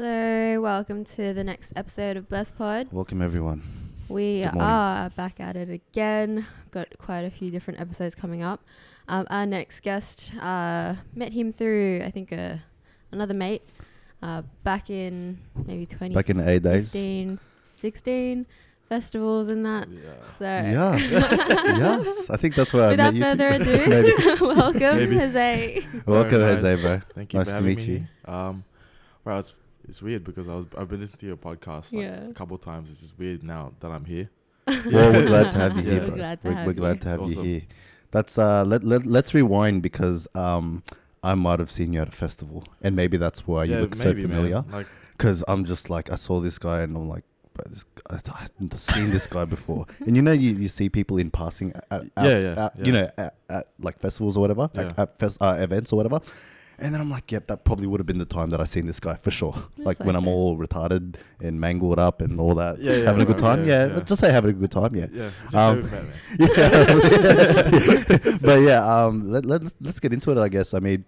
Hello, welcome to the next episode of Bless Pod. Welcome everyone. We Good morning. are back at it again. Got quite a few different episodes coming up. Um, our next guest uh, met him through, I think, uh, another mate uh, back in maybe 20, Back in the eight days. 15, 16 festivals and that. So Yes, yes. I think that's where Without I met further you. two. ado, Maybe. welcome Maybe. Jose. Welcome, Alright, Jose, bro. Thank you Nice for to having meet me. you. Um, well, it's, it's weird because I was I've been listening to your podcast like Yeah. a couple times. It's just weird now that I'm here. Well, we're glad to have you here, Yeah. bro. We're glad to we're, have we're you. glad to have It's you awesome. here. That's uh, let let let's rewind because um, I might have seen you at a festival, and maybe that's why you look so man. familiar. Like Because I'm just like I saw this guy, and I'm like. Bro, this, I, I've seen this guy before, and you know you, you see people in passing at, at, Yeah, outs- yeah, at- yeah. you know at, at like festivals or whatever, Yeah. at, at fest, uh, events or whatever, and then I'm like, yep, that probably would have been the time that I seen this guy for sure. like when like I'm it. all retarded and mangled up and all that, Yeah, yeah, having a good right, time. Yeah, yeah, yeah. let's just say having a good time. Yeah, yeah, it's just Um, so bad, man. yeah. but yeah, um, let, let, let's, let's get into it, I guess. I mean,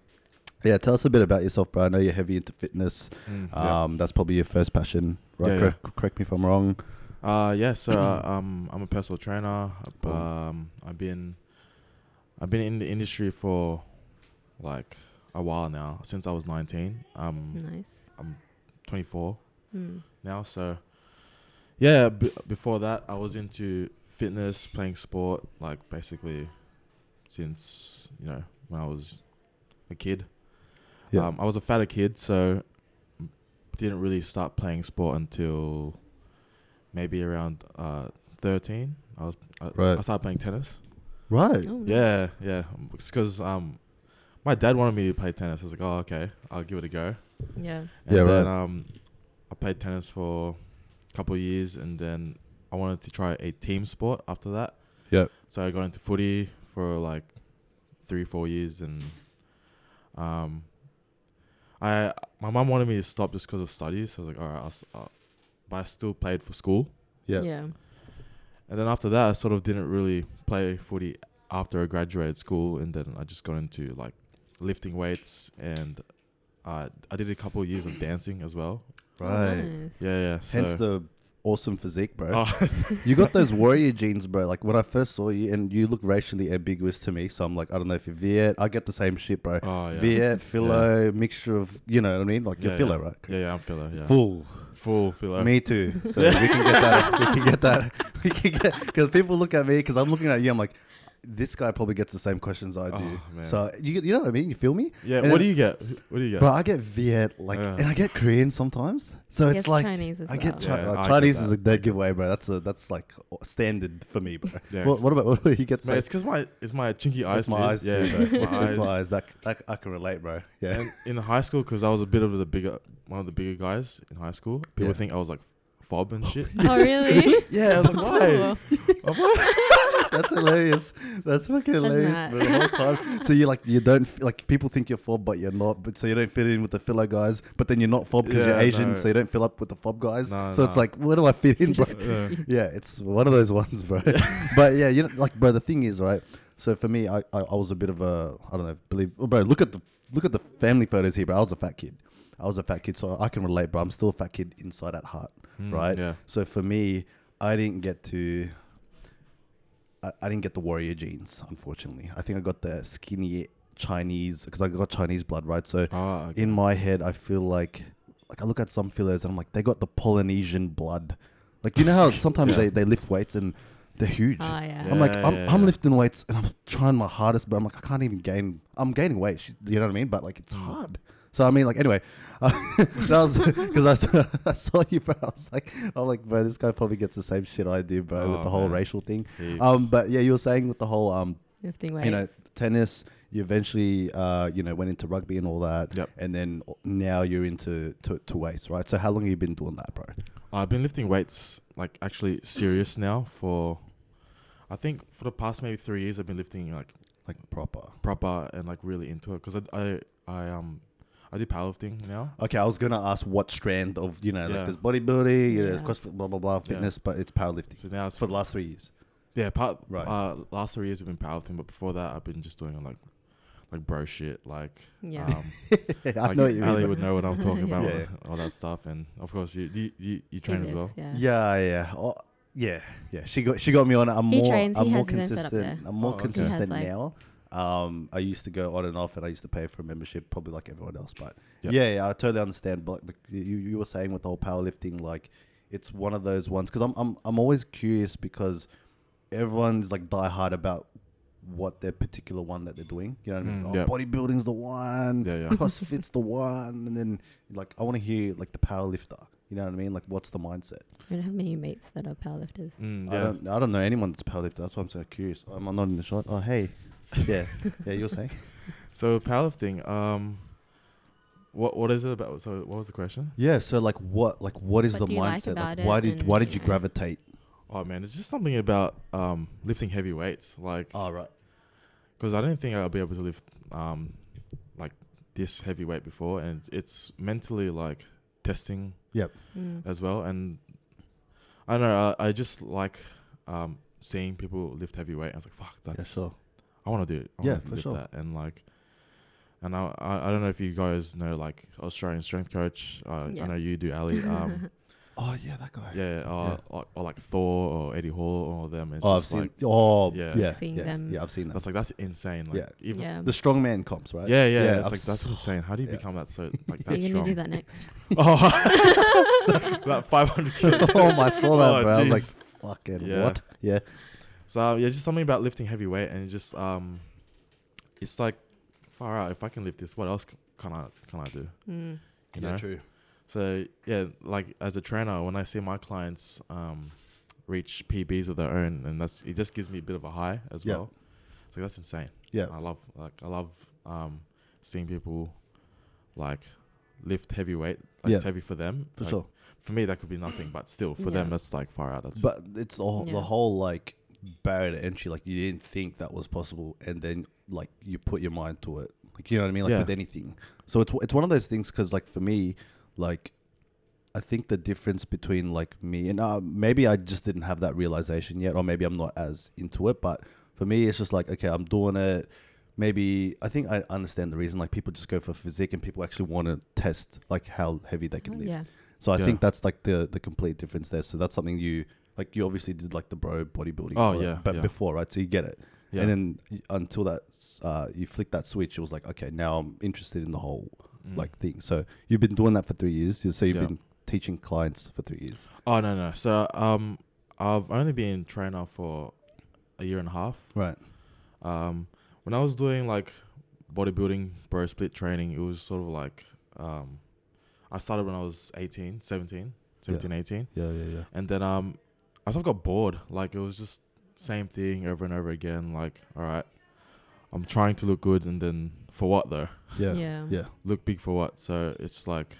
yeah, tell us a bit about yourself, bro. I know you're heavy into fitness. Mm, yeah. Um, That's probably your first passion, right? Yeah, correct, correct me if I'm wrong. Uh yeah, so uh, um I'm a personal trainer. I've, Cool. Um I've been I've been in the industry for like a while now, since I was 19. Um nice. I'm 24 Mm. now, so yeah, b- before that I was into fitness, playing sport like basically since, you know, when I was a kid. Yeah. Um, I was a fatter kid, so didn't really start playing sport until maybe around uh, 13. I was I, Right. I started playing tennis. right. Oh, nice. Yeah, yeah. Because um, my dad wanted me to play tennis. I was like, oh, okay, I'll give it a go. Yeah. And Yeah, then, right. um, I played tennis for a couple of years, and then I wanted to try a team sport after that. Yep. So I got into footy for like three, four years, and um, I my mum wanted me to stop just because of studies. So I was like, all right, I'll, s- I'll, but I still played for school, Yeah. Yeah. and then after that, I sort of didn't really play footy after I graduated school, and then I just got into like lifting weights, and uh, I did a couple of years of dancing as well. Oh, Right. nice. Yeah, yeah. So Hence the awesome physique, bro. Oh, You got those warrior genes, bro. Like when I first saw you, and you look racially ambiguous to me. So I'm like, I don't know if you're Viet. I get the same shit, bro. oh, yeah. Viet, philo, mixture of, you know what I mean? Like Yeah, you're philo, right? yeah, yeah, I'm filler. Yeah, Full. full filler. Me too. So we can get that. We can get that. We can get because people look at me because I'm looking at you. I'm like, this guy probably gets the same questions I do. Oh, man. so you you know what I mean? You feel me? Yeah. And then- what do you get? What do you get? But I get Viet like, Yeah. and I get Korean sometimes. So He it's gets like Chinese as I get well. Chi- Yeah, like, I get Chinese that. is a dead giveaway, bro. That's a that's like standard for me, bro. Yeah, what, what about what about you get? Man, it's because my it's my chinky eyes. it's my eyes, dude. too, bro. my It's, eyes. it's my eyes. That, that I can relate, bro. Yeah. And in high school, because I was a bit of the bigger one of the bigger guys in high school. People Yeah. think I was like fob and shit. Oh, really? yeah, I was like, why? Cool. That's hilarious. That's fucking That's hilarious. not- for The whole time. So you like you don't f- like people think you're fob, but you're not. But so you don't fit in with the filler guys. But then you're not fob because you're Yeah, Asian, no. so you don't fill up with the fob guys. No, so it's no. like, where do I fit in, bro? Just- Yeah. yeah, it's one of those ones, bro. but yeah, you know, like, bro, the thing is, right? So for me, I, I, I was a bit of a, I don't know, believe, oh, bro, look at the, look at the family photos here, bro. I was a fat kid. I was a fat kid, so I can relate, bro. I'm still a fat kid inside at heart, Mm, right? Yeah. So for me, I didn't get to. I, I didn't get the warrior genes, unfortunately. I think I got the skinny Chinese because I got Chinese blood, right? So Ah, okay. in my head, I feel like like I look at some fillers and I'm like, they got the Polynesian blood. Like you know how sometimes Yeah. they, they lift weights and they're huge. Oh, yeah. I'm like Yeah, I'm, yeah, I'm yeah. lifting weights and I'm trying my hardest, but I'm like I can't even gain. I'm gaining weight. sh- You know what I mean? But like Mm. it's hard. So I mean, like anyway, uh, that was because I, saw- I saw you, bro. I was like, I'm like, bro, this guy probably gets the same shit I do, bro, with Oh, the whole man. racial thing. Heaps. Um, but yeah, you were saying with the whole um, Lifting weights. you know, tennis. You eventually, uh, you know, went into rugby and all that, Yep. and then o- now you're into to, to waist, right? So how long have you been doing that, bro? I've been lifting weights like actually serious now for, I think for the past maybe three years I've been lifting like Like proper. proper and like really into it because I, I I um I do powerlifting now. Okay, I was gonna ask what strand of you know, Yeah. like there's bodybuilding, you know, Yeah. CrossFit, blah blah blah, fitness, but it's powerlifting So now it's for the last three years. yeah part Right. Uh, last three years I've been powerlifting, but before that I've been just doing like like bro shit, like Yeah. um, I like know what you mean. Ali bro. would know what I'm talking Yeah. about, Yeah. all that stuff, and of course you you, you, you He train as lives, well. Yeah. Yeah, yeah, oh, yeah, yeah. She got she got me on it. I'm He more trains, I'm he more has his own setup consistent. there. I'm more Oh, okay. He has, consistent like- now. Um, I used to go on and off, and I used to pay for a membership, probably like everyone else. But Yep. yeah, yeah, I totally understand. But like you, you were saying with the whole powerlifting, like it's one of those ones because I'm I'm I'm always curious because everyone's like die hard about what their particular one that they're doing. You know what I mean? Mm, oh, yep. bodybuilding's the one. Yeah, yeah. CrossFit's the one, and then like I want to hear like the powerlifter. You know what I mean? Like what's the mindset? I don't have many mates that are powerlifters. Mm, I yeah. don't. I don't know anyone that's powerlifter. That's why I'm so curious. I'm I'm not in the shot. Oh hey, yeah, yeah. You're saying? So powerlifting, um, what what is it about? So what was the question? Yeah. So like, what like what is What the do you like mindset? about Like, it why did and, why did you you know. gravitate? Oh man, it's just something about um lifting heavy weights, like Oh right. because I didn't think I'll be able to lift um like this heavy weight before, and it's mentally like testing Yep. Mm. Uh, as well. And I don't know, I, I just like um seeing people lift heavy weight. I was like, fuck, that's Yeah, sure. I want to do it. I Yeah, wanna for lift sure. That. And like, and I, I I don't know if you guys know like Australian strength coach. Uh, Yeah. I know you do, Ali. Um, Oh yeah, that guy. yeah, or, Or, or like Thor or Eddie Hall or them. It's oh, I've just seen. like oh yeah, yeah. yeah, Seeing yeah, them. yeah, I've seen that. that's like that's insane. Like, Yeah. Even, yeah. The strongman comps, right? Yeah, yeah, It's I've like that's s- insane. How do you yeah. become that so like You're going to that do strong? that next. oh, that 500 kilos. oh my, I saw that, Oh, bro. I was jeez. like, fucking Yeah. what? Yeah. So um, yeah, just something about lifting heavy weight and just um, it's like far out. If I can lift this, what else c- can I can I do? Mm. You know? So yeah, like as a trainer, when I see my clients um, reach PBs of their own, and that's it, just gives me a bit of a high as Yeah. well. So that's insane. Yeah. I love like I love um, seeing people like lift heavy weight. Like Yeah. It's heavy for them. For Like, sure. For me, that could be nothing, but still for Yeah. them, that's like far out. That's But it's the whole, the Yeah. whole like barrier to entry. Like you didn't think that was possible, and then like you put your mind to it. Like you know what I mean? Like Yeah. with anything. So it's it's one of those things because like for me, like I think the difference between like me and uh, maybe I just didn't have that realization yet, or maybe I'm not as into it. But for me, it's just like okay, I'm doing it. Maybe I think I understand the reason. Like people just go for physique, and people actually want to test like how heavy they can Oh, lift. yeah. So I Yeah. think that's like the the complete difference there. So that's something you like. You obviously did like the bro bodybuilding. Oh, work, yeah, but yeah. before right, so you get it. yeah. And then y- until that, s- uh, you flick that switch, it was like, okay, now I'm interested in the whole Mm. like thing. So you've been doing that for three years. You- So you've Yeah. been teaching clients for three years. oh no no. So um, I've only been trainer for a year and a half. Right. Um, when I was doing like bodybuilding bro split training, it was sort of like um, I started when I was 18, 17, 17, 18. Yeah, yeah, yeah. And then um, I sort of got bored. Like it was just same thing over and over again. Like, all right, I'm trying to look good. And then for what though? Yeah. Yeah. Yeah. Look big for what? So it's like,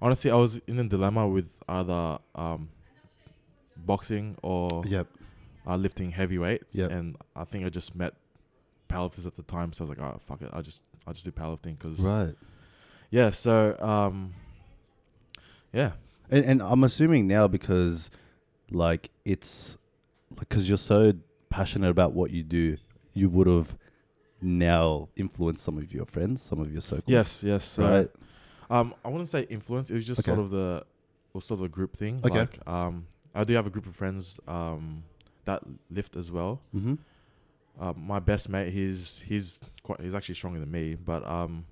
honestly, I was in a dilemma with either um, boxing or Yep. uh, lifting heavy weights, Yep. and I think I just met powerlifters at the time, so I was like, oh fuck it, I will just I will just do powerlifting because Right. yeah. So um, yeah, And, and I'm assuming now because, like, it's because you're so passionate about what you do, you would have now influenced some of your friends, some of your circle. yes, yes. So Right. um, I wouldn't say influence. It was just Okay. sort of the was sort of a group thing. Okay. Like um, I do have a group of friends um that lift as well. Mm-hmm. Uh, my best mate, he's he's quite he's actually stronger than me, but um,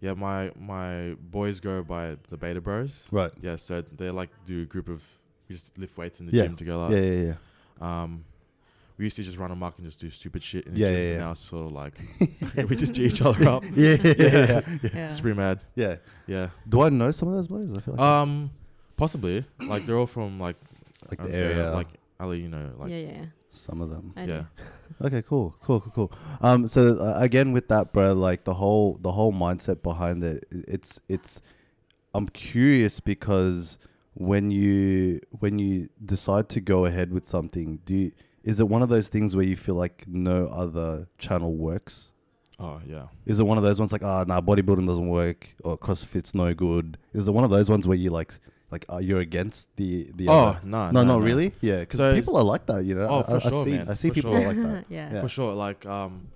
yeah, my my boys go by the Beta Bros. Right. Yeah, so they like do a group of we just lift weights in the Yeah. gym together. yeah, yeah, yeah. Um, we used to just run amok and just do stupid shit in the Yeah, gym. yeah, and yeah. Now it's sort of like we just G each other up. yeah, yeah, yeah, Yeah. yeah, Yeah. It's pretty mad. yeah. Yeah. Do I know some of those boys? I feel like, Um, possibly like they're all from like like I'd the say, area, like Ali, you know, like yeah. Yeah. some of them. I yeah, know. Okay, cool, cool, cool, cool. Um, so uh, again with that, bro, like the whole the whole mindset behind it, i- it's it's. I'm curious because when you when you decide to go ahead with something, do you, is it one of those things where you feel like no other channel works? oh yeah. Is it one of those ones like, ah, nah, bodybuilding doesn't work or CrossFit's no good? Is it one of those ones where you like, like, uh, you're against the the? Oh other? no, no, not really. Yeah, because So it's- people are like that, you know. Oh, I- for I, sure, I see, man. I see For people sure. are like that. yeah. Yeah. For sure, like um,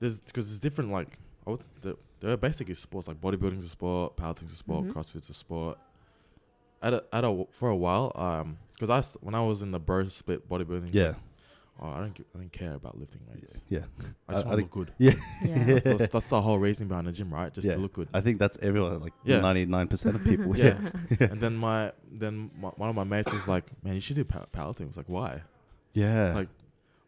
there's because there's different like I was there, there are basically sports like bodybuilding's a sport, powerlifting's a sport, Mm-hmm. Mhm. CrossFit's a sport. At a, at a for a while, um, because I s- when I was in the bro split bodybuilding, it's Yeah. like, oh, I don't gi- I don't care about lifting weights. Yeah. I just I- I want to think- look good. Yeah. So that's, that's the whole reason behind the gym, right? Just Yeah. to look good. I think that's everyone, like Yeah. 99% of people. Yeah. yeah. and then my then my, one of my mates was like, "Man, you should do pow- powerlifting." I was like, "Why? Yeah. Like,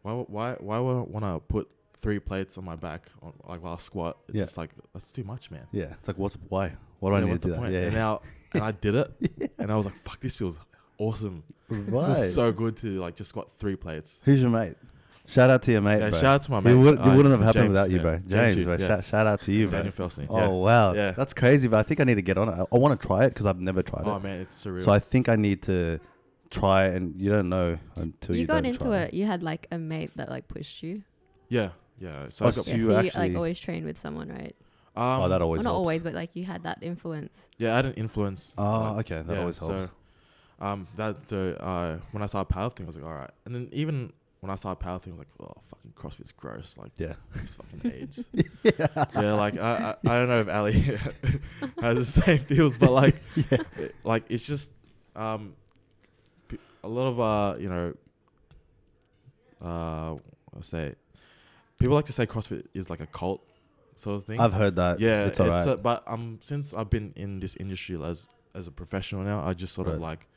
why w- why why would I want to put three plates on my back on like last squat? It's Yeah. just like that's too much, man." yeah. It's like, what's why? What do Yeah, I need what's to do the that? point? Yeah. And yeah. now and I did it, and I was like, "Fuck, this feels awesome. This Right. feels so good to like just squat three plates." Who's your mate? Shout out to your mate, yeah, bro. shout out to my it mate. would, it uh, wouldn't have happened James, without you, yeah. bro. James, Hugh, bro. yeah. Shout, shout out to you, bro. Daniel Felsen. Oh yeah. wow, Yeah. that's crazy. But I think I need to get on it. I, I want to try it because I've never tried Oh it. man, it's surreal. So I think I need to try, it and you don't know until you, you got don't into try it. You had like a mate that like pushed you. yeah, yeah. So Oh, I got, so yeah, you so you like actually- always trained with someone, right? um, oh, that Well, always. not helps. always, but like you had that influence. yeah, I had an influence. like, Oh, okay, that yeah, always helps. So, um, that uh, uh, when I started powerlifting, I was like, all right. And then even when I started powerlifting, I was like, oh, fucking CrossFit's gross. Like, Yeah. it's fucking AIDS. yeah, like I, I, I don't know if Ali has the same feels, but like, it- like it's just, um, p- a lot of uh, you know, uh, I say, people like to say CrossFit is like a cult sort of thing I've heard that. yeah, it's alright. uh, but um, since I've been in this industry as as a professional now, I just sort of Right. like,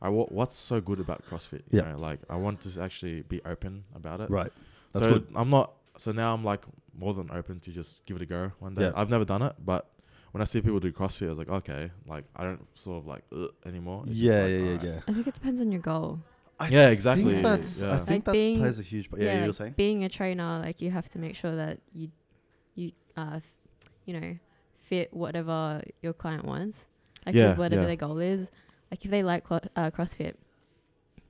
I wa- what's so good about CrossFit? You Yeah. know, like I want to actually be open about it. right. That's so good. I'm not. So now I'm like more than open to just give it a go one day. Yeah. I've never done it, but when I see people do CrossFit, I was like, okay, like I don't sort of like Ugh, anymore. It's just Yeah, like, yeah, yeah, alright. yeah. I think it depends on your goal. I Yeah, I exactly. think that's. yeah. I think that being- plays a huge. part. Yeah, you like were saying. being a trainer, like you have to make sure that you, you, uh, f- you know, fit whatever your client wants, like Yeah, whatever yeah. their goal is. Like if they like clo- uh, CrossFit,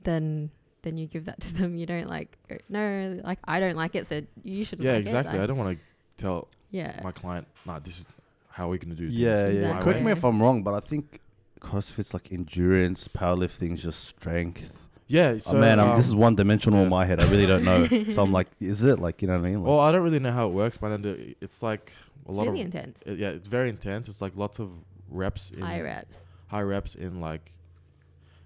then then you give that to them. You don't like go, no, like I don't like it, so you shouldn't. yeah, like exactly. It. I Like, don't want to tell yeah, my client, nah, this is how we're gonna do. things. Yeah, yeah. Exactly. Correct me if Yeah. I'm wrong, but I think CrossFit's like endurance, powerlifting, is just strength. yeah. So oh man, I'm, this um, is one dimensional yeah. in my head. I really don't know. so I'm like, is it like you know what I mean? Like, Well, I don't really know how it works, but I know it's like a it's lot really of intense. it- yeah, it's very intense. It's like lots of reps in High reps. high reps in like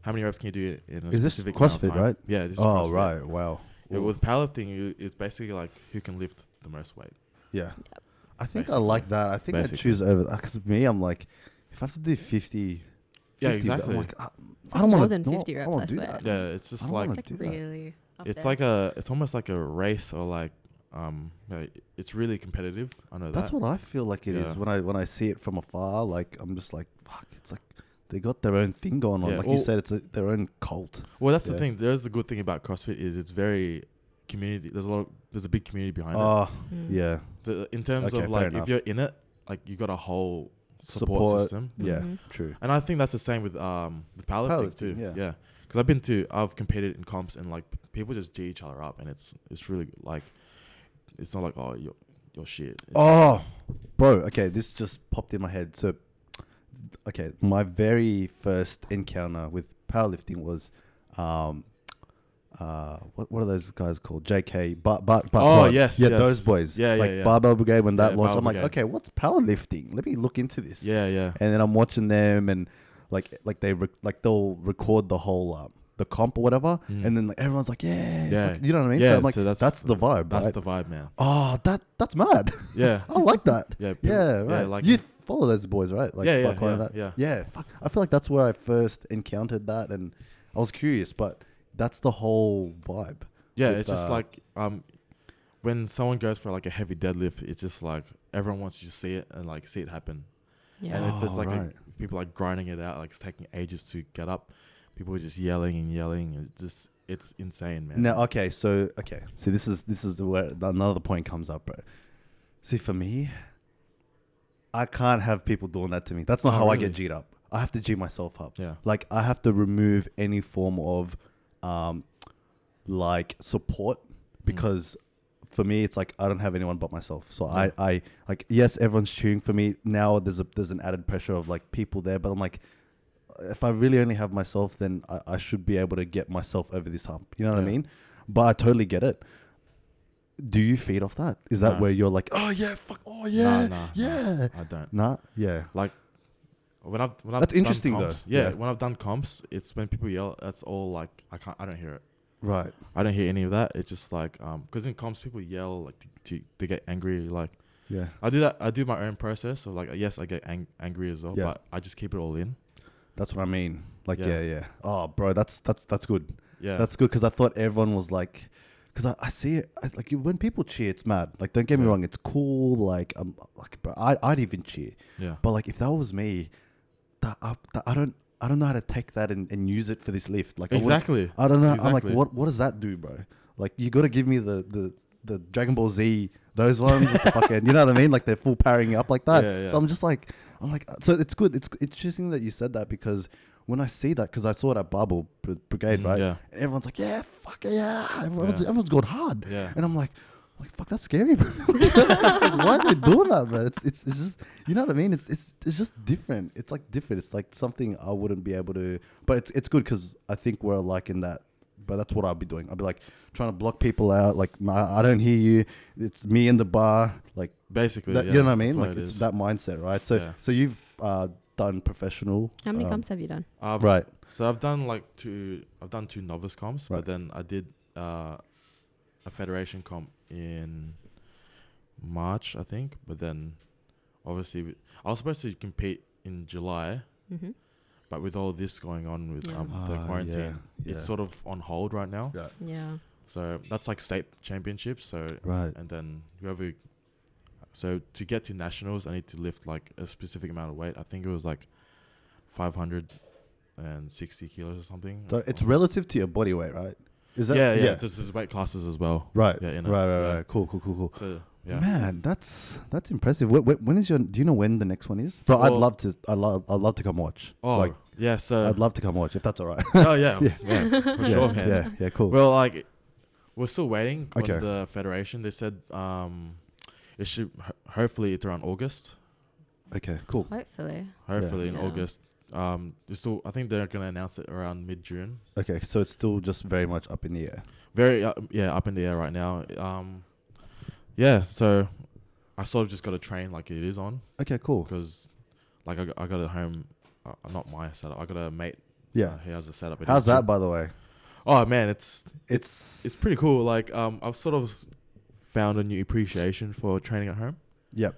how many reps can you do in a Is this specific amount of CrossFit, time. right? Yeah, this is oh CrossFit. right, wow. Yeah, with powerlifting, you, it's basically like who can lift the most weight. Yeah. I think I Basically. like that. I think Basically. I choose over that because me, I'm like, if I have to do 50, Yeah, 50, but oh exactly. I'm like, I, It's I like don't more want to. than 50 reps. I do swear. that. Yeah, it's just don't like wanna It's do like that. really. up it's there. like a it's almost like a race or like um yeah, it's really competitive. I know That's that. what I feel like it is Yeah. when I when I see it from afar. Like I'm just like, fuck. It's like they got their own thing going on. Yeah, like well- you said, it's a, their own cult. well, that's the yeah. thing. There's the good thing about CrossFit is it's very community. There's a lot. Of, there's a big community behind it. Oh Mm. yeah, The- in terms Okay, of fair like if enough. you're in it, like you got a whole support, Support, system. yeah, Mhm. true. And I think that's the same with um with powerlifting, Powerlifting, too. yeah. yeah. Because I've been to I've competed in comps and like p- people just G each other up and it's it's really like it's not like oh you're you're shit. It's Oh, bro. Okay, this just popped in my head. So, okay, my very first encounter with powerlifting was, um, uh, what what are those guys called? JK, but but but Oh, yes, yeah, yes. those boys, Yeah, yeah, like yeah. Barbell Brigade when that Yeah, launched. I'm Barbell like, okay, Brigade. what's powerlifting? Let me look into this. yeah, yeah. and then I'm watching them and like like they rec- like they'll record the whole um, the comp or whatever, Mm. and then like, everyone's like, yeah, Yeah. fuck- you know what I mean? Yeah, so I'm like, so that's- that's, the vibe. That's right? the vibe, man. oh, that that's mad. Yeah. I like that. Yeah. people- Yeah, right. like you follow those boys, right? Like Yeah, yeah, Black Lion and yeah, that. Yeah, fuck. I feel like that's where I first encountered that, and I was curious, but that's the whole vibe. yeah, with, it's just uh, like um when someone goes for like a heavy deadlift, it's just like everyone wants you to see it and like see it happen. Yeah. And if there's Oh, like a- right. people like grinding it out, like it's taking ages to get up, people are just yelling and yelling. and It's just it's insane, man. Now, okay, so okay, so this is this is where another point comes up, bro. See, for me, I can't have people doing that to me. That's not Oh, how I really? get G'd up. I have to G myself up. Yeah. Like I have to remove any form of, um, like support Mm. because for me it's like I don't have anyone but myself. So I, I like yes everyone's cheering for me now. There's a there's an added pressure of like people there, but I'm like, if I really only have myself, then I, I should be able to get myself over this hump. You know what Yeah. I mean? But I totally get it. do you feed off that? Is that No. where you're like, oh yeah, fuck, oh yeah, nah, nah, yeah, I don't. nah, yeah, When I've when I've That's done interesting though, comps- Yeah, yeah. when I've done comps, it's when people yell. That's all like I can't. I don't hear it. right, I don't hear any of that. It's just like um, because in comps people yell like to, to they get angry. Like yeah, I do that. I do my own process of like yes, I get ang- angry as well, Yeah. but I just keep it all in. that's what I mean. Like Yeah. yeah, yeah. Oh, bro, that's that's that's good. Yeah, That's good because I thought everyone was like, because I, I see it I, like you- when people cheer, it's mad. Like, don't get me Yeah. wrong, it's cool. Like, um, like, bro, I I'd even cheer. yeah, But like, if that was me, that I, that I don't I don't know how to take that and, and use it for this lift. Like, I wouldn't- exactly. I don't know. I'm like, Exactly. what what does that do, bro? Like, you got to give me the the the Dragon Ball Z those ones with the fucking, you know what I mean? Like they're full powering up like that. Yeah, yeah. So I'm just like, I'm like, uh, so it's good. It's it's interesting that you said that because when I see that, because I saw it at Bubble Br- Brigade, Mm, right? Yeah, And everyone's like, yeah, fuck it, yeah. Everyone's, Yeah. everyone's going hard. yeah. And I'm like, I'm like fuck, that's scary, bro. Like, Why are they doing that, man? It's, it's it's just you know what I mean. It's it's it's just different. It's like different. It's like something I wouldn't be able to. But it's it's good because I think we're like in that. But that's what I'll be doing. I'll be like trying to block people out. Like my, I don't hear you. It's me in the bar. Like Basically, that, yeah, you know what I that's mean. what Like it it's is. that mindset, right? So Yeah. so you've uh, done professional. How many um, comps have you done? I've- Right. So I've done like two. I've done two novice comps, Right. but then I did uh, a federation comp in March, I think. But then, obviously, we- I was supposed to compete in July, Mm-hmm. but with all this going on with Yeah. um, the Ah, quarantine, yeah, yeah. it's sort of on hold right now. Yeah. Yeah. So that's like state championships. So Right. and then whoever. So to get to nationals, I need to lift like a specific amount of weight. I think it was like five hundred and sixty kilos or something. So it's Or- relative to your body weight, right? Is that yeah, yeah. There's, there's weight classes as well. Right. Yeah, in it, right, right, yeah. right. Cool, cool, cool, cool. So yeah, Man, that's that's impressive. Wh- wh- when is your? Do you know when the next one is? Bro, I'd Well- love to. I love. I'd love to come watch. oh like yeah. So I'd love to come watch if that's all right. oh yeah, Yeah. yeah, for yeah, sure, man. Yeah, yeah, cool. Well, like we're still waiting on Okay. the federation. They said um, it should ho- hopefully it's around August. okay, cool. Hopefully. Hopefully in Yeah. August. Um, they still I think they're gonna announce it around mid June. Okay, so it's still just very much up in the air. Very uh, yeah, up in the air right now. Um, yeah. So I sort of just got to train like it is on Okay, cool. because like I, got- I got a home, uh, not my setup. I got a mate. uh, Yeah. he has a setup. at How's his gym. that, by the way? Oh man, it's It's it's pretty cool. Like um, I've sort of s- found a new appreciation for training at home. Yep.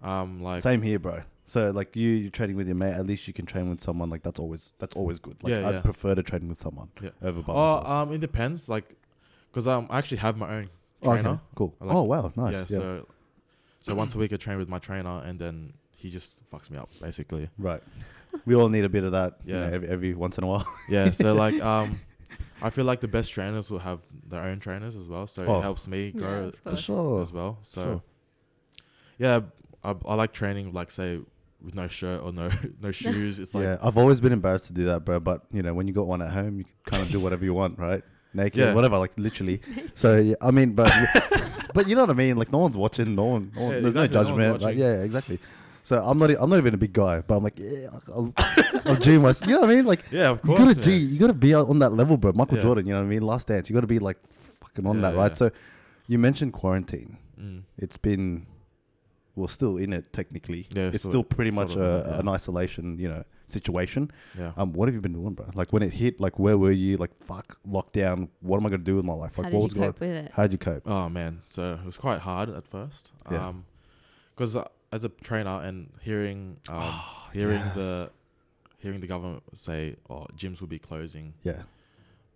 Um, like Same here, bro. So like you, you're training with your mate. At least you can train with someone. Like that's always that's always good. Like Yeah, I'd yeah. prefer to train with someone Yeah. over by oh, myself. um, it depends. Like, cause um, I actually have my own Oh, uh, trainer. okay, cool. I like- oh wow, nice. Yeah. Yeah. So, so once a week I train with my trainer, and then he just fucks me up basically. Right. We all need a bit of that. Yeah. Yeah. every, every once in a while. Yeah. So like um, I feel like the best trainers will have their own trainers as well. So Oh. it helps me Yeah, grow of For course. sure. as well. So Sure. yeah, I, I like training like say with no shirt or no no shoes. It's like yeah, I've always been embarrassed to do that, bro. But you know, when you got one at home, you can kind of do whatever you want, right? Naked, Yeah. whatever, like literally. So yeah, I mean, but but you know what I mean. Like no one's watching, no one, no one Yeah, there's no exactly, no one's judgment. like watching. yeah, exactly. So I'm not, e- I'm not even a big guy, but I'm like, yeah, I'll, I'll G myself. You know what I mean? Like Yeah, of you course. gotta man. G, you gotta be on that level, bro. Michael Yeah. Jordan, you know what I mean? Last dance, you gotta be like fucking on Yeah, that, right? yeah. So you mentioned quarantine. Mm. It's been, we're still in it technically. Yeah, it's sort- still pretty sort much of in a, it, yeah. an isolation, you know, situation. Yeah. Um, what have you been doing, bro? Like when it hit, like where were you? Like fuck, lockdown. What am I gonna do with my life? Like How what did you was going? cope with it? How'd you cope? oh man, so it was quite hard at first. Yeah. Um, because uh, as a trainer and hearing um hearing Ah, yes. the hearing the government say oh gyms will be closing Yeah,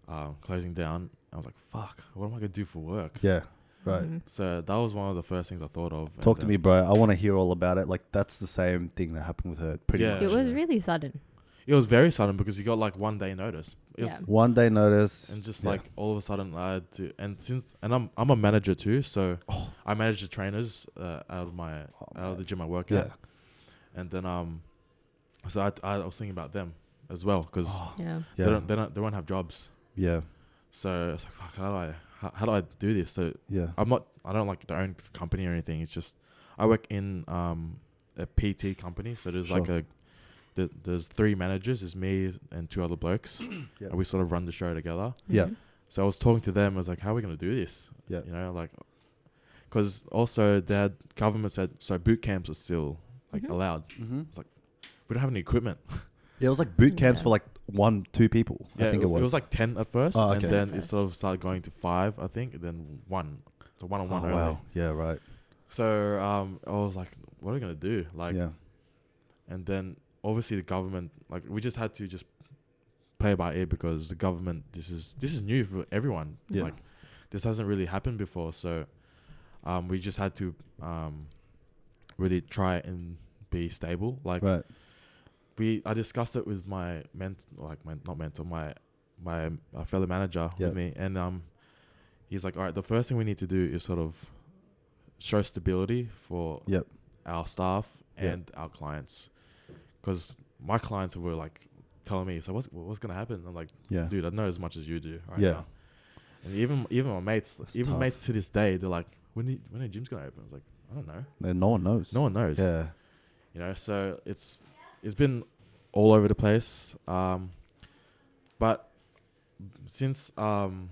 um closing down, I was like fuck, what am I gonna do for work? yeah, right. Mm-hmm. Mhm. So that was one of the first things I thought of. and uh, Talk to then- me, bro. I want to hear all about it. Like that's the same thing that happened with her. Pretty Yeah. It much. was Yeah. really sudden. It was very sudden because you got like one day notice. It was- Yeah. One day notice. And just Yeah. like all of a sudden, I had to. And since and I'm I'm a manager too, so Oh. I manage the trainers uh, out of my Oh, out of the man. gym I work yeah. at. And then um, so I, I was thinking about them as well because Oh, Yeah. yeah. they don't they don't they won't have jobs. yeah. So it's like fuck, how do I how, how do I do this? So Yeah. I'm not I don't like their own company or anything. It's just I work in um a PT company. So there's like Sure. a there, there's three managers. It's me and two other blokes, Yeah. and we sort of run the show together. Yeah. Mhm. So I was talking to them. I was like, "How are we gonna do this? Yeah. You know, like because also they had government said so boot camps are still like Mhm. allowed. Mm-hmm. We don't have any equipment. Yeah, it was like boot camps Yeah. for like one, two people. I think it was. It was like ten at first, Oh, okay. and then At it sort of started going to five, I think, and then one. So one on one oh, only. wow. Yeah, right. So um, I was like, what are we gonna do? Like, yeah. and then obviously the government, like, we just had to just play by ear because the government, this is this is new for everyone. Yeah. Like, this hasn't really happened before, so um, we just had to um, really try and be stable. Like, right. we I discussed it with my ment like my not mentor my my uh, fellow manager Yeah. with me and um he's like all right the first thing we need to do is sort of show stability for Yep. our staff Yep. and our clients because my clients were like telling me so what's what's gonna happen I'm like Yeah. dude I know as much as you do right Yeah. now. and even even my mates That's even tough. mates to this day they're like when are- when are gyms gonna open I was like I don't know And no one knows. no one knows Yeah. you know so it's it's been all over the place um but since um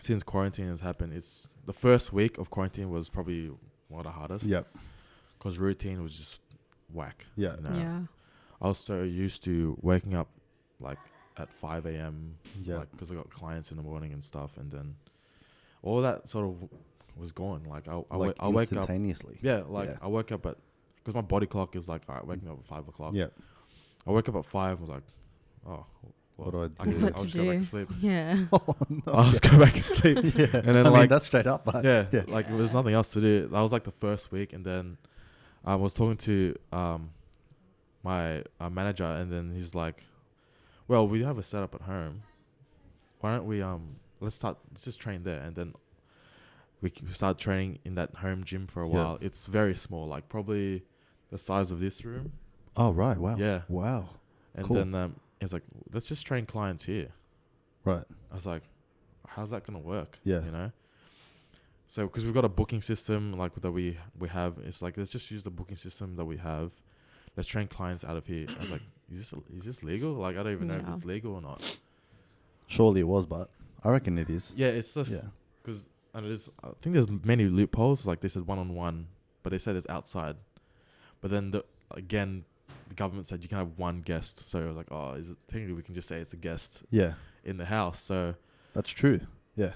since quarantine has happened it's the first week of quarantine was probably one of the hardest Yep. because routine was just whack Yeah. you know? Yeah. i was so used to waking up like at 5 a.m Yeah. like because i got clients in the morning and stuff and then all that sort of was gone like i, I, like wa- I wake up instantaneously. yeah like Yeah. i woke up at because my body clock is like all right wake me up at 5 o'clock Yeah. I woke up at five. I was like, oh, What well, do I can- do? What I'll to just go back do. to sleep. Yeah. Oh, no. I'll just go back to sleep. yeah. And then I mean, like, that's straight up, but yeah, yeah. like there was nothing else to do. That was like the first week, and then um, I was talking to um my uh, manager, and then he's like, well, we have a setup at home. Why don't we um let's start let's just train there, and then we c- start training in that home gym for a Yeah. while. It's very small, like probably the size of this room. Oh right. Wow. Yeah, Wow. and Cool. then um, he's like, let's just train clients here. Right. I was like, how's that gonna work? Yeah. you know. So because we've got a booking system like that we we have, it's like let's just use the booking system that we have. Let's train clients out of here. I was like, is this is this legal? Like I don't even know if Yeah. it's legal or not. Surely it was, but I reckon it is. Yeah, it's Yeah. just because and it is. I think there's many loopholes. Like they said one on one, but they said it's outside. But then the again, the government said you can have one guest. So I was like, oh, is it technically we can just say it's a guest Yeah. in the house. So That's true.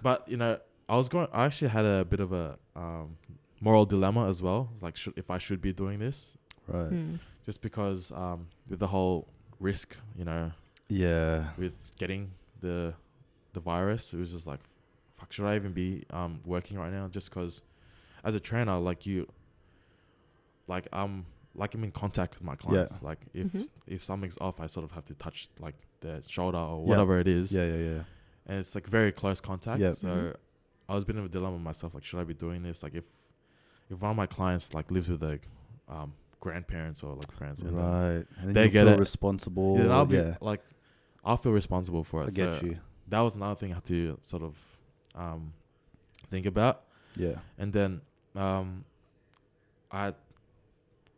But you know, I was going. I actually had a bit of a um, moral dilemma as well. Like, should if I should be doing this, Right. Hmm. just because um, with the whole risk, you know, Yeah. with getting the the virus, it was just like, fuck, should I even be um, working right now? Just because, as a trainer, like you, like um, like I'm in contact with my clients. Like if Mhm. if something's off, I sort of have to touch like their shoulder or Yeah. whatever it is Yeah. Yeah. Yeah. and it's like very close contact. Yep. Mm-hmm. So Mhm. I was a bit of a dilemma myself. Like, should I be doing this? Like, if if one of my clients like lives with like um, grandparents or like parents, and then, Right. And then They you get feel it. responsible. then I'll be yeah. like, I'll feel responsible for it. I get So you. That was another thing I had to sort of um, think about, Yeah. and then um, I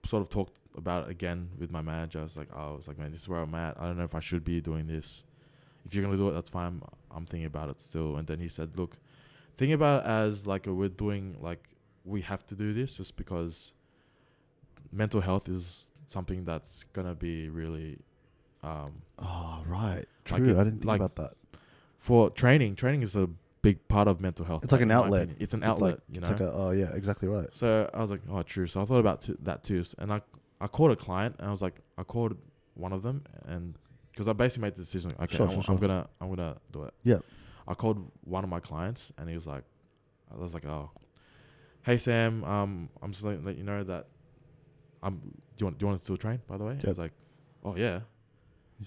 sort of talked about it again with my manager. I was like, oh, I was like, man, this is where I'm at. I don't know if I should be doing this. if you're gonna do it, that's fine. I'm thinking about it still. And then he said, look, think about it as like a, we're doing like we have to do this just because mental health is something that's gonna be really um, Oh right. True. Like if- I didn't think like, about that. for training. Training is a big part of mental health. It's like an in my outlet. opinion. It's an It's like- outlet. you know. It's like a. Oh yeah. Exactly right. So I was like, oh, true. So I thought about t- that too. S- And I, I called a client, and I was like, I called one of them, and because I basically made the decision, like, okay, Sure, I'm, sure, I'm sure. gonna, I'm gonna do it. Yep. I called one of my clients, and he was like, I was like, oh, hey Sam, um, I'm just letting, let you know that, I'm. Do you want, do you want to still train? By the way, I Yep. was like, oh yeah,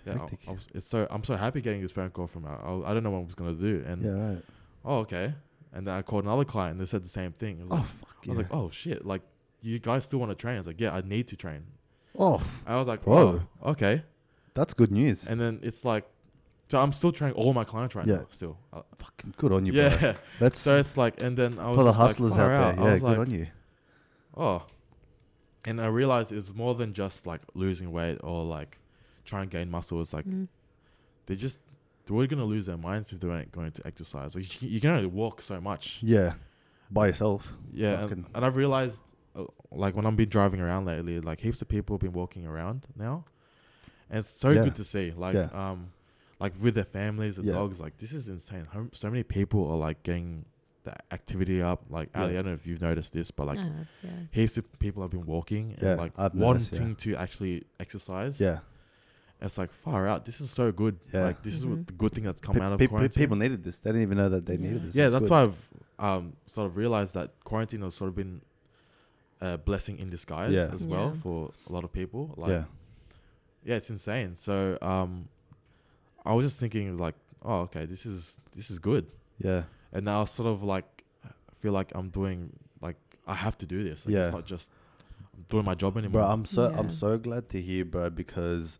yeah. I, Hectic. I was, it's so I'm so happy getting this phone call from. I, I don't know what I was gonna do, and yeah. Right. oh okay. And then I called another client, and they said the same thing. It was Oh like, fuck. I was like, oh shit, like you guys still want to train? I was like, yeah, I need to train. Oh, I was like, Whoa. whoa, okay. that's good news. And then it's like, so I'm still training all my clients right Yeah. now, still. Uh, Fucking good on you, bro. yeah. That's so it's like, and then I was for the just like, hustlers far out there. I Yeah, was good like, on you. oh. And I realized it's more than just like losing weight or like trying to gain muscle. It's like Mm. they just they're all gonna lose their minds if they aren't going to exercise. Like you, can- you can only walk so much. Yeah, by yourself. Yeah, and, Fucking- and I've realized, uh, like when I've been driving around lately, like heaps of people have been walking around now, and it's so Yeah. good to see. Like, Yeah. um, like with their families and Yeah. dogs. Like this is insane. How, so many people are like getting the activity up. Like Yeah. Ali, I don't know if you've noticed this, but like No, Ah, yeah. heaps of people have been walking and Yeah, like I've noticed, yeah. wanting to actually exercise. Yeah, it's like far out. This is so good. Yeah. Like this is Mhm. what the good thing that's come Pe- out of pe- pe- quarantine. people needed this. They didn't even know that they Yeah. needed this. yeah, It's that's good. why I've um, sort of realized that quarantine has sort of been a blessing in disguise Yeah. as well Yeah. for a lot of people. Like, yeah, yeah, it's insane. So um, I was just thinking like, oh, okay, this is this is good, yeah, and now I sort of like feel like I'm doing like I have to do this. Like, Yeah. it's not just I'm doing my job anymore. bro. I'm so I'm Yeah. so glad to hear, bro, because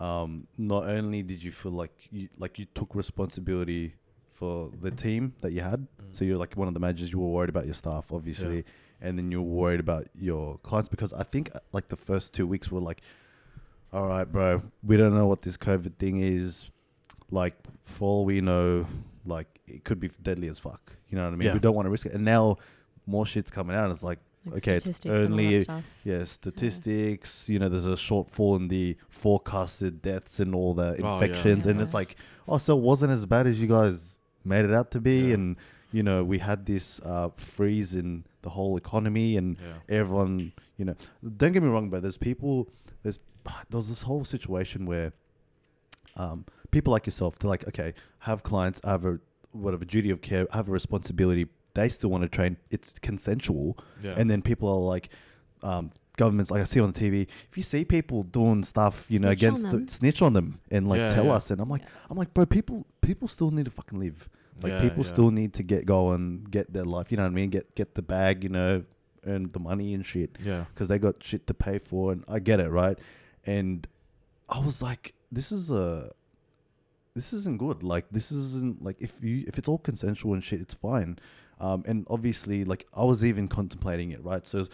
um, not only did you feel like you like you took responsibility for the team that you had. Mm. So you're like one of the managers. You were worried about your staff, obviously, and then you were worried about your clients because I think uh, like the first two weeks were like, all right, bro, we don't know what this COVID thing is. Like, for all we know, like it could be deadly as fuck. You know what I mean? Yeah. We don't want to risk it. And now more shit's coming out. And it's like, Okay, it's statistics and all that only- stuff. yeah, statistics. You know, there's a shortfall in the forecasted deaths and all the Oh, yeah. infections, and it's Yeah. like, oh, so it wasn't as bad as you guys made it out to be, Yeah. and you know, we had this uh, freeze in the whole economy, and yeah. everyone, you know, don't get me wrong, but there's people, there's there was this whole situation where um, people like yourself, they're like, okay, have clients, I have a whatever duty of care, I have a responsibility. They still want to train. It's consensual. Yeah. And then people are like, um, governments, like I see on the TV, if you see people doing stuff, you know, Snitch on against the, them. snitch on them and like Yeah, tell yeah. us. And I'm like, Yeah. I'm like, bro, people, people still need to fucking live. Like Yeah, people yeah. still need to get going, get their life. You know what I mean? Get get the bag. You know, earn the money and shit yeah. because they got shit to pay for. And I get it, right? And I was like, this is a, this isn't good. Like this isn't like if you if it's all consensual and shit, it's fine. Um, and obviously, like I was even contemplating it, right? So, it's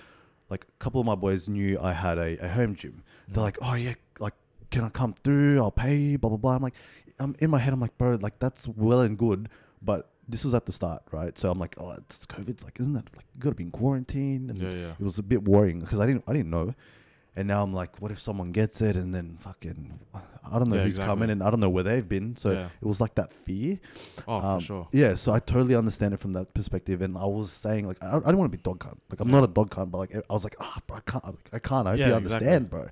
like a couple of my boys knew I had a, a home gym. Mm. They're like, oh yeah, like can I come through? I'll pay you, blah blah blah. I'm like, I'm in my head, I'm like, bro, like that's well and good, but this was at the start, right? So I'm like, oh, it's COVID's like, isn't that like you gotta be in quarantine? And Mm. Yeah, yeah. it was a bit worrying because I didn't I didn't know, and now I'm like, what if someone gets it and then fucking, I don't know Yeah, who's coming exactly. and I don't know where they've been. So Yeah. it was like that fear. Oh, Um, for sure. Yeah, so I totally understand it from that perspective, and I was saying like I, I don't want to be dog cunt. Like I'm not a dog cunt, but like I was like ah, bro, I can't, I, I can't. I hope Yeah, you exactly. understand, bro.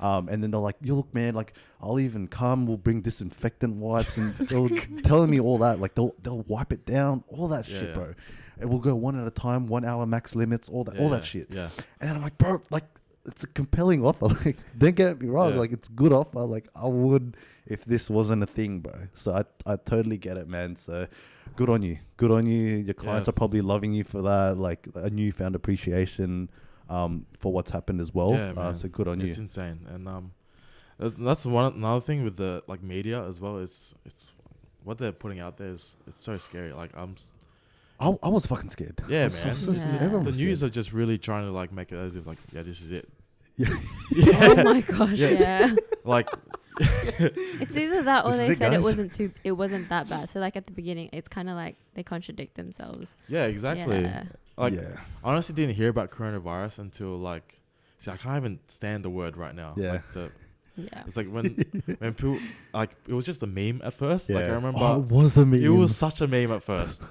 Um, and then they're like, you look, man, like I'll even come. We'll bring disinfectant wipes, and they'll telling me all that. Like they'll they'll wipe it down, all that Yeah, shit, yeah. bro. And we'll go one at a time, one hour max limits, all that, Yeah, all yeah, that shit. Yeah. And I'm like, bro, like it's a compelling offer. Like, don't get me wrong. Yeah. Like, it's good offer. Like, I would if this wasn't a thing, bro. So I, I totally get it, man. So good on you. Good on you. Your clients Yes. are probably loving you for that. Like a newfound appreciation um, for what's happened as well. Yeah, uh, man. so good on it's you. insane and um that's, that's one another thing with the like media as well it's it's what they're putting out there is it's so scary like i'm s- I, I was fucking scared. yeah I'm so- man so Yeah. scared. The Everyone the was news scared. are just really trying to like make it as if like yeah this is it oh my gosh, Yeah. yeah. like It's either that or This is they it, said guys. it wasn't too it wasn't that bad. So like at the beginning it's kinda like they contradict themselves. yeah exactly Yeah. like yeah, I honestly didn't hear about coronavirus until like see i can't even stand the word right now Yeah. like the, Yeah. it's like when when people like it was just a meme at first yeah. like i remember Oh, it was a meme. It was such a meme at first,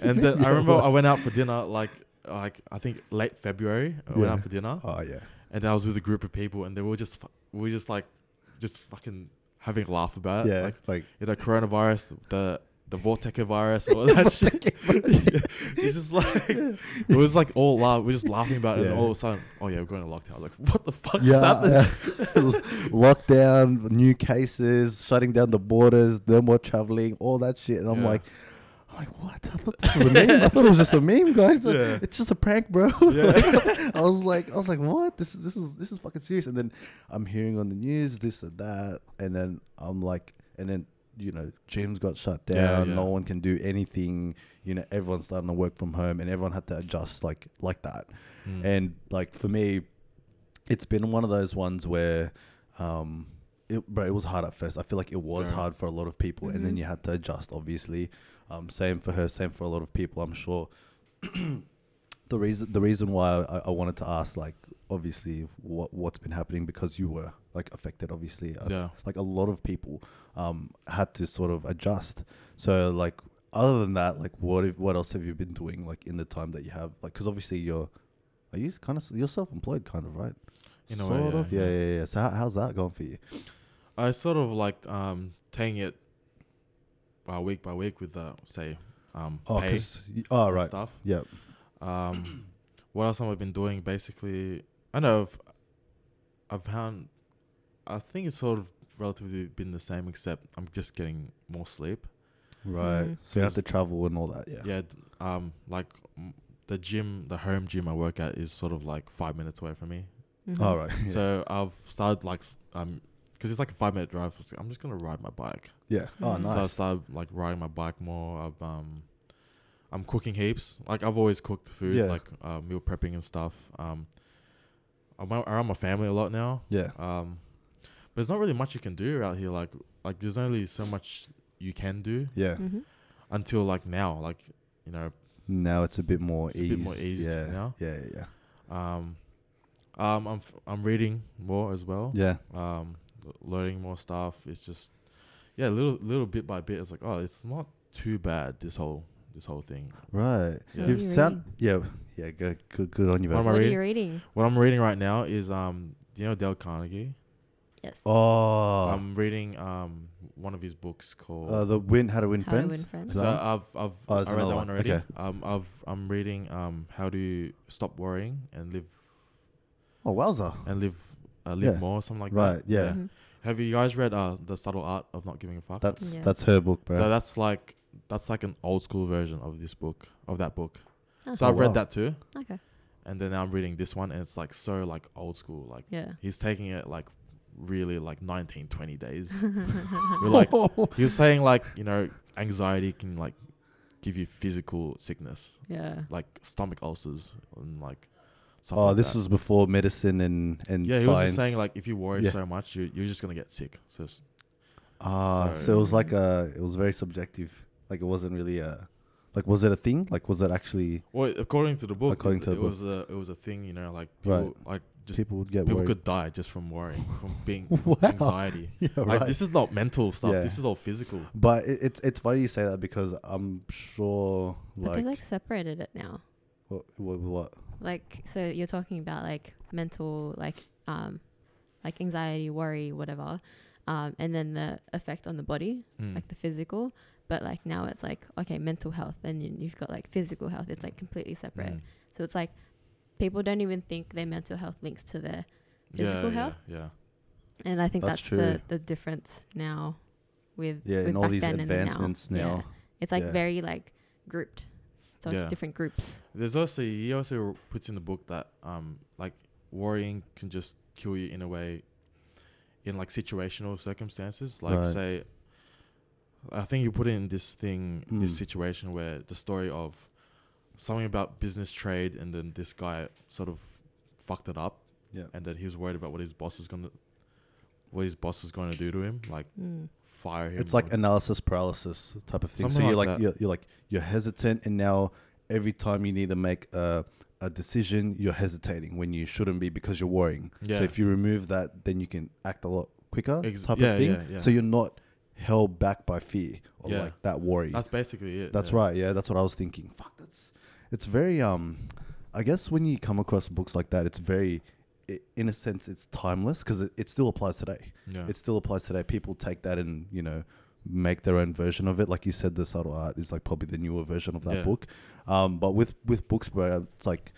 and then Yeah, I it remember I was. went out for dinner like like I think late February. I went Yeah. out for dinner, Oh yeah, and I was with a group of people, and they were just fu- we were just like just fucking having a laugh about it. yeah. Uh, like Like, you know, coronavirus, the the Vorteca virus, all that shit. it's just like it was like all laugh. We're just laughing about it, Yeah. and all of a sudden, oh yeah, we're going to lockdown. I was like, what the fuck is happening? yeah, yeah. lockdown, new cases, shutting down the borders, no more traveling, all that shit. And I'm Yeah. like, I'm like, what? I thought this was a meme. I thought it was just a meme, guys. Like, Yeah. It's just a prank, bro. Yeah. I was like, I was like, what? This is this is this is fucking serious. And then I'm hearing on the news this and that, and then I'm like, and then you know, gyms got shut Yeah, down. yeah. No one can do anything. You know, everyone's starting to work from home, and everyone had to adjust like like that. Mm. And like for me, it's been one of those ones where, um, it bro, it was hard at first. I feel like it was Yeah. hard for a lot of people, and then Mhm. you had to adjust. Obviously, um, same for her, same for a lot of people. I'm sure the reason the reason why I, I wanted to ask, like, obviously, what what's been happening because you were like affected, obviously. Uh, yeah. Like a lot of people um had to sort of adjust. So like, other than that, like, what if, what else have you been doing like in the time that you have? Like, because obviously you're are you kind of you're self employed, kind of right? In a way, sort yeah, of, yeah, yeah. yeah, yeah. So how, how's that going for you? I sort of like um taking it uh, week by week with the say um Oh, pay 'cause you- oh and right, stuff. yeah. Um, what else have I been doing? Basically, I know I've, I've found, I think it's sort of relatively been the same, except I'm just getting more sleep. Right. Mm. So you have to travel and all that. Yeah. Yeah. d- um, like mm, the gym, the home gym I work at is sort of like five minutes away from me. Mhm. All right. Yeah. So I've started like s- um, because it's like a five minute drive. so I'm just gonna ride my bike. yeah. Oh, Mm. nice. So I started like riding my bike more. I've, um, I'm cooking heaps. Like I've always cooked food, Yeah. like uh, meal prepping and stuff. Um, I'm ar- around my family a lot now. yeah. Um, but there's not really much you can do out here. Like like there's only so much you can do Yeah. Mhm. until like now. Like you know, Now it's a bit more It's a eased. bit more eased yeah. now. Yeah. Yeah. Yeah. um, um, I'm f- I'm reading more as well. Yeah. um, l- learning more stuff. It's just, yeah, little little bit by bit. It's like, oh, it's not too bad. This whole this whole thing. Right. Yeah. What are You've you sound. Yeah. Yeah. Good. Good. Good on you, What man. am I What are reading? you reading? What I'm reading right now is um, do you know Dale Carnegie. Yes. Oh. I'm reading um one of his books called. uh, the win. How to win How to friends. Win Friends. Is so that one? I've I've Oh, I it's read that another one, one. already. Okay. Um, I've I'm reading um how to stop worrying and live oh wowza. and live uh, live Yeah. more or something like that. Right, yeah. Mhm. Have you guys read uh the subtle art of not giving a fuck? That's Yeah. that's her book, bro. So that's like that's like an old school version of this book of that book. Oh. So Oh, I've wow. read that too. Okay. and then I'm reading this one, and it's like so like old school. Like Yeah. he's taking it like really like 19, 20 days. We're like he was saying like you know anxiety can like give you physical sickness, Yeah. like stomach ulcers and like. Stuff oh, like this that. was before medicine and and yeah. He was science. just saying like if you worry Yeah. so much, you you're just gonna get sick. So it's, Ah, so, So- it was like a. It was very subjective. Like it wasn't really a. Like was it a thing? Like was it actually well, according to the book, According it, to the it was a it was a thing. You know, like Right. people like just people would get people worried? could die just from worrying, from being Wow. anxiety. yeah, Like right. this is not mental stuff. Yeah. This is all physical. But it, it's it's funny you say that because I'm sure But they like, like separated it now. what, what what Like so you're talking about like mental like um like anxiety, worry, whatever. Um and then the effect on the body, Mm. like the physical. But like now it's like okay, mental health and you, you've got like physical health. It's like completely separate. Mm. So it's like people don't even think their mental health links to their physical yeah, health. Yeah, yeah. and I think That's that's, true. the the difference now with yeah with and all back these then and the now. advancements Yeah. now, It's like Yeah. very like grouped. So Yeah. like different groups. There's also he also puts in the book that um like worrying can just kill you in a way, in like situational circumstances. Like Right. say, I think you put in this thing, Mm. this situation where the story of something about business trade, and then this guy sort of fucked it up, yeah and that he was worried about what his boss was gonna, what his boss was gonna do to him, like Mm. fire him. it's like or- analysis paralysis type of thing so Something you're like like that. you're, you're like you're hesitant and now every time you need to make a a decision you're hesitating when you shouldn't be because you're worrying Yeah. so if you remove that then you can act a lot quicker Ex- type yeah, of thing yeah, yeah. so you're not held back by fear or Yeah. like that worry that's basically it. That's yeah. right. Yeah, that's what I was thinking. Fuck, that's it's very um. I guess when you come across books like that, it's very, i in a sense, it's timeless because it, it still applies today. Yeah. It still applies today. People take that and you know make their own version of it. Like you said, the subtle art is like probably the newer version of that Yeah. book. Um, but with with books, where it's like.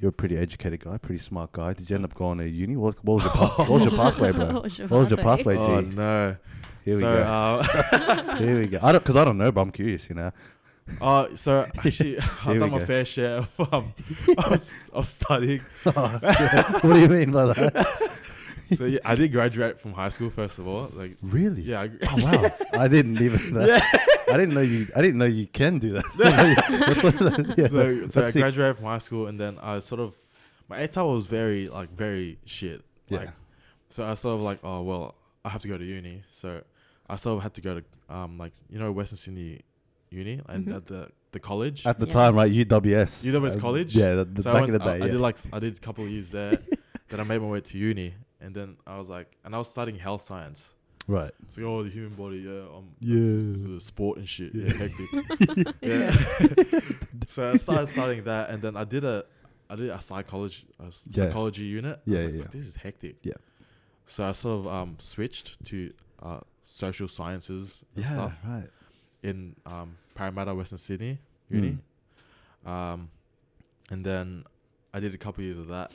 You're a pretty educated guy, pretty smart guy. Did you end up going to uni? What, what was your path, what was your pathway, bro? What was your What was your pathway? pathway, G? oh no. Here we so, go. uh, Here we go. I don't, because I don't know, but I'm curious. You know, Uh, so actually, Here I've we done my go. fair share of, um, of, of studying. what do you mean by that? So yeah, I did graduate from high school first of all. Like, Really? yeah, I, Oh wow! I didn't even. Know. I didn't know you. I didn't know you can do that. That's one of the- yeah, so, so I that's sick. graduated from high school, and then I sort of my ATAR was very like very shit. Yeah. Like, so I sort of like, oh well, I have to go to uni. So I sort of had to go to um like you know Western Sydney Uni, and Mhm. at the the college. At the Yeah. time, right? UWS. UWS Uh, College? Yeah, the, the So I back went- in the I- day. I yeah. did like s- I did a couple of years there. then I made my way to uni, and then I was like, and I was studying health science. right. It's like, oh, the human body, yeah, um, Yeah. s- sport and shit, yeah, Yeah. hectic. yeah. so I started studying that, and then I did a, I did a psychology, a s- Yeah. psychology unit. I Yeah, was yeah, like, yeah. "Fuck, This is hectic. Yeah. So I sort of um switched to uh social sciences and Yeah, stuff right. in um Parramatta, Western Sydney uni. Mm. Um, and then I did a couple years of that,